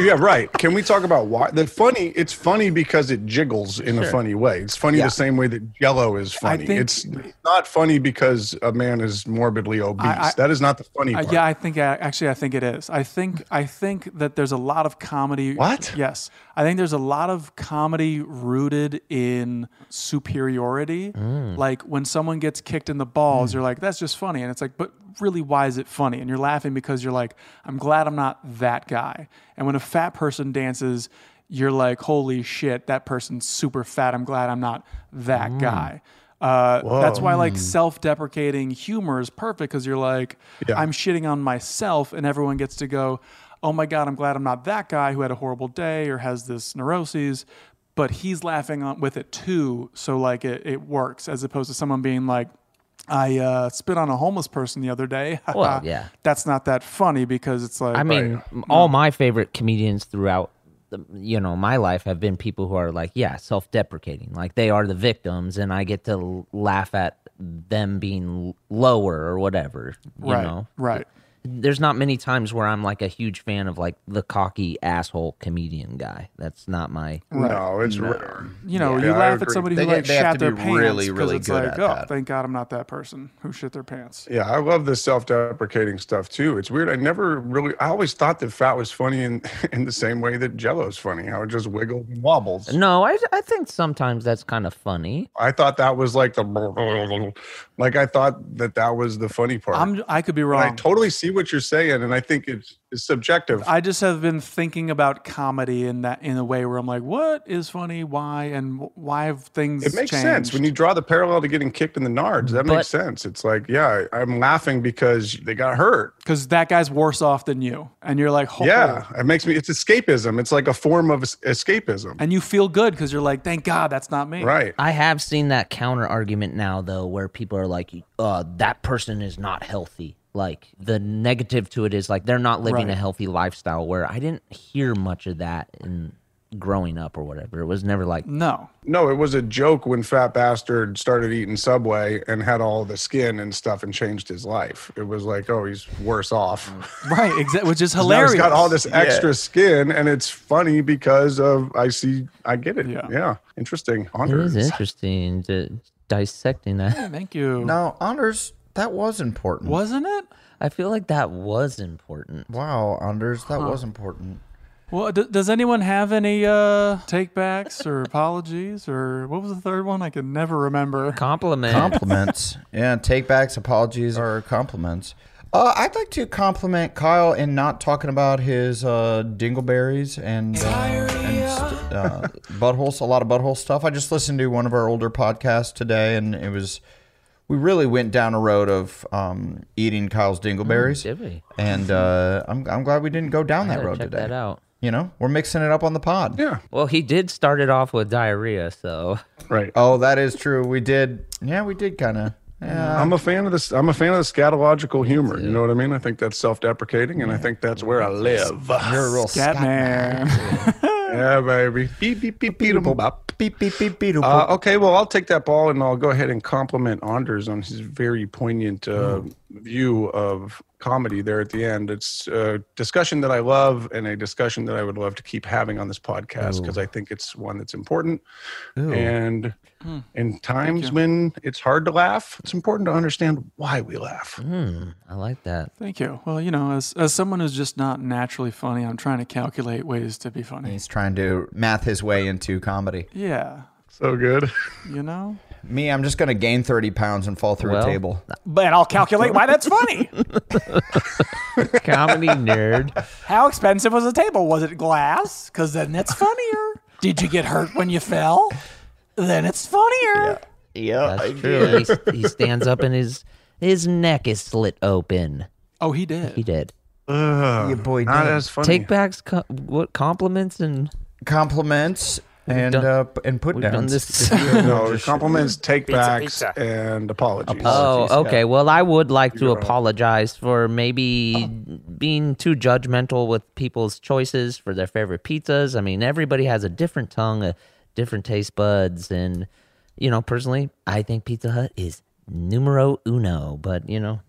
F: yeah, right. Can we talk about why the funny? It's funny because it jiggles in a
C: Sure.
F: funny way. It's funny
C: Yeah.
F: the same way that Jello is funny.
C: think-
F: it's not funny because a man is morbidly obese.
C: I-
F: that is not the funny
C: Uh,
F: part.
C: yeah, I think I, actually I think it is. I think I think that there's a lot of comedy. What? Yes, I think there's a lot of comedy rooted in superiority.
E: Mm.
C: Like when someone gets kicked in the balls, you're like, "That's just funny," and it's like, "But really, why is it funny?" And you're laughing because you're like, "I'm glad I'm not that guy." And when a fat person dances. You're like, holy shit, that person's super fat. I'm glad I'm not that guy. Uh, that's why, like,
E: Mm.
C: self-deprecating humor is perfect because you're like i'm shitting on myself and everyone gets to go oh my god i'm glad i'm not that guy who had a horrible day or has this neuroses but he's laughing on, with it too so like it, it works as opposed to someone being like i uh, spit on a homeless person the other day
E: Well, yeah.
C: that's not that funny because it's like
E: I mean, m- all my favorite comedians throughout, the, you know, my life have been people who are like, yeah, self-deprecating, like they are the victims, and I get to l- laugh at them being l- lower or whatever, you
C: right
E: know.
C: right
E: there's not many times where I'm like a huge fan of like the cocky asshole comedian guy. That's not my.
F: No, it's rare.
C: You know,
F: Yeah,
C: you
F: I
C: laugh at
F: agree.
C: somebody
F: They
C: who
F: get-
C: like
F: they have
C: shat
F: to
C: their
F: be
C: pants
F: really,
C: because
F: really
C: it's
F: good
C: like,
F: at
C: oh,
F: that."
C: thank God I'm not that person who shit their pants.
F: Yeah, I love the self-deprecating stuff too. It's weird. I never really. I always thought that fat was funny in in the same way that Jello's funny. How it just wiggled and wobbled.
E: No, I I think sometimes that's kind of funny.
F: I thought that was like the like I thought that that was the funny part.
C: I'm, I could be
F: But I
C: wrong.
F: totally see what you're saying, and I think it's, it's subjective.
C: I just have been thinking about comedy in that in a way where I'm like, what is funny? Why and wh- why have things?
F: It makes
C: changed?
F: sense when you draw the parallel to getting kicked in the nards. That makes sense. It's like, yeah, I- I'm laughing because they got hurt.
C: because that guy's worse off than you, and you're like, oh.
F: Yeah, it makes me. It's escapism. It's like a form of es- escapism.
C: and you feel good because you're like, thank God that's not me.
E: I have seen that counter argument now though, where people are like, uh, that person is not healthy. Like the negative to it is like they're not living a
C: Right.
E: healthy lifestyle. Where I didn't hear much of that in growing up or whatever. It was never like
C: No.
F: No, it was a joke when Fat Bastard started eating Subway and had all the skin and stuff and changed his life. It was like, oh, he's worse off.
C: Right, exactly, which is
F: 'Cause now
C: hilarious.
F: He's got all this extra skin, and it's funny because of I see, I get it. Yeah, interesting.
E: it
F: Anders.
E: is interesting to dissecting
C: Yeah,
E: that.
C: thank you.
D: No, Anders, that was important.
C: Wasn't it?
E: I feel like that was important.
D: Wow, Anders, that
C: Huh.
D: was important.
C: Well, d- does anyone have any uh, take backs or apologies or what was the third one? I can never remember.
E: Compliment.
D: Compliments. yeah, take backs, apologies, or compliments. Uh, I'd like to compliment Kyle in not talking about his uh, dingleberries and, uh, and st- uh, buttholes, a lot of butthole stuff. I just listened to one of our older podcasts today, and it was we really went down a road of um, eating Kyle's dingleberries.
E: did we?
D: And uh, I'm I'm glad we didn't go down that
E: Mm, gotta
D: road
E: check
D: today.
E: that out.
D: You know, we're mixing it up on the pod.
F: Yeah.
E: Well, he did start it off with diarrhea, so
F: Right.
D: Oh, that is true. We did. Yeah, we did kind of. Yeah.
F: I'm a fan of this. I'm a fan of the scatological humor. You know what I mean? I think that's self-deprecating, and I think that's where I live.
D: You're a real scat man.
F: yeah, baby. Beep beep beep beep bop.
D: Beep beep beep beep.
F: Uh, okay, well, I'll take that ball and I'll go ahead and compliment Anders on his very poignant uh,
D: Mm.
F: view of comedy there at the end. It's a discussion that I love and a discussion that I would love to keep having on this podcast because I think it's one that's important.
D: Ooh.
F: And
C: Hmm.
F: in times
C: you.
F: when it's hard to laugh, it's important to understand why we laugh.
D: Mm.
E: Hmm, I like that.
C: Thank you. Well, you know, as, as someone who's just not naturally funny, I'm trying to calculate ways to be funny.
D: He's trying to math his way into comedy.
C: Yeah,
F: So good.
C: you know?
D: Me, I'm just going to gain 30 pounds and fall through
E: Well, uh,
D: a table.
C: But I'll calculate why that's funny.
E: Comedy nerd.
C: How expensive was the table? Was it glass? Because then that's funnier. Did you get hurt when you fell? Then it's funnier.
D: Yeah,
E: That's true. He, he stands up and his his neck is slit open.
C: Oh, he did.
E: He did.
D: Your boy
F: not
D: did.
F: as funny.
E: Take backs, co- what compliments and
D: Compliments and
E: done-
D: uh, p- and put
E: we've done
D: downs.
E: this.
F: no, compliments, take backs,
O: pizza.
F: and apologies.
E: oh,
D: Apologies,
E: okay.
D: yeah.
E: Well, I would like to
F: You're right.
E: apologize for maybe being too judgmental with people's choices for their favorite pizzas. I mean, everybody has a different tongue, a different taste buds, and you know, personally, I think Pizza Hut is numero uno. But you know,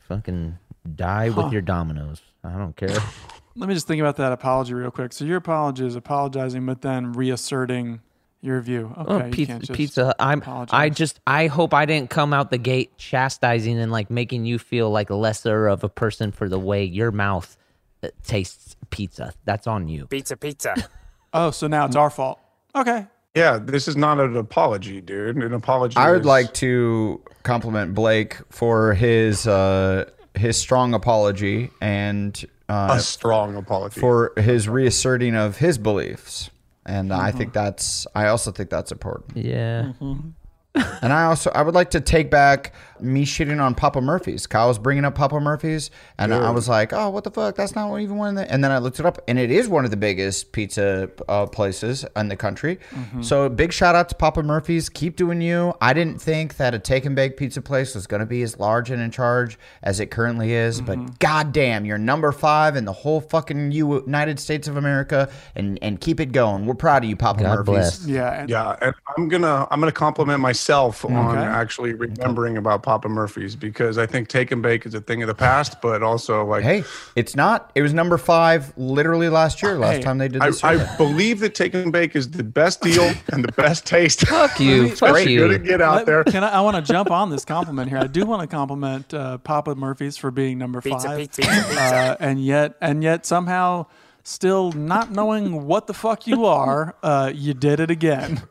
E: fucking die with your Dominoes. I don't care.
C: Let me just think about that apology real quick. So your apology is apologizing, but then reasserting your view. Okay,
E: Oh,
C: you
E: pizza,
C: can't just
E: pizza. Hut. I'm. I
C: apologize.
E: just. I hope I didn't come out the gate chastising and like making you feel like lesser of a person for the way your mouth uh, tastes pizza. That's on you.
O: Pizza pizza.
C: Oh, so now it's our fault. Okay.
F: Yeah, this is not an apology, dude. An apology.
D: I would
F: is-
D: like to compliment Blake for his uh, his strong apology and uh,
F: a strong apology.
D: for his reasserting of his beliefs. And
E: Mm-hmm.
D: I think that's I also think that's important.
E: Yeah.
D: And I also I would like to take back me shitting on Papa Murphy's. Kyle was bringing up Papa Murphy's, and I was like, "Oh, what the fuck? That's not even one of the." And then I looked it up, and it is one of the biggest pizza uh, places in the country.
E: Mm-hmm.
D: So big shout out to Papa Murphy's. Keep doing you. I didn't think that a take and bake pizza place was going to be as large and in charge as it currently is,
E: Mm-hmm.
D: but goddamn, you're number five in the whole fucking United States of America, and and keep it going. We're proud of you, Papa
E: God
D: Murphy's.
E: bless.
C: Yeah. And
F: Yeah, and I'm gonna I'm gonna compliment myself on
S: Okay.
F: actually remembering about Papa Murphy's because I think take and bake is a thing of the past, but also like
T: hey, it's not. It was number five literally last year. Last
F: Hey,
T: time they did
F: I,
T: this.
F: I believe that take and bake is the best deal and the best taste. Fuck
B: you, fuck you.
F: Gonna get out
U: Let-
F: there.
U: Can I, I want to jump on this compliment here. I do want to compliment uh, Papa Murphy's for being number
V: Pizza,
U: five,
V: pizza, pizza,
U: Uh, and yet and yet somehow still not knowing what the fuck you are. Uh, you did it again.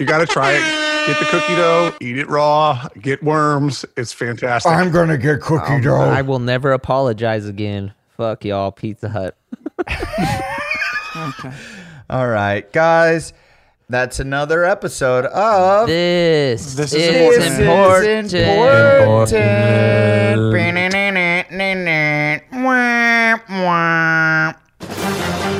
F: You got to try it. Get the cookie dough, eat it raw, get worms. It's fantastic.
T: gonna get cookie
B: Um,
T: dough.
B: I will never apologize again. Fuck y'all, Pizza Hut.
U: Okay.
T: All right, guys. That's another episode of
B: This,
T: this
B: is is important. important.
T: important.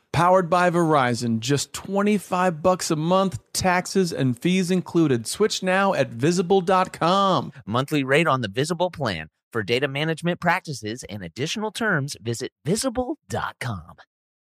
C: powered by Verizon. Just 25 bucks a month, taxes and fees included. Switch now at visible.com.
E: Monthly rate on the Visible plan. For data management practices and additional terms, visit visible.com.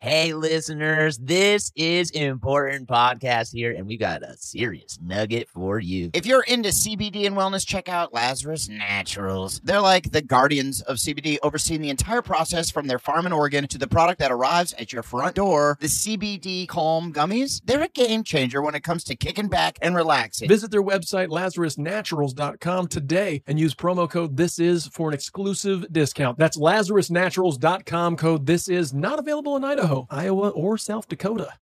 E: Hey, listeners, this is important podcast here, and we got a serious nugget for you.
D: If you're into CBD and wellness, check out Lazarus Naturals. They're like the guardians of CBD, overseeing the entire process from their farm in Oregon to the product that arrives at your front door. The CBD Calm Gummies, they're a game changer when it comes to kicking back and relaxing.
C: Visit their website, lazarusnaturals.com, today and use promo code This Is for an exclusive discount. That's lazarusnaturals.com code This Is, not available in Idaho, Iowa, or South Dakota.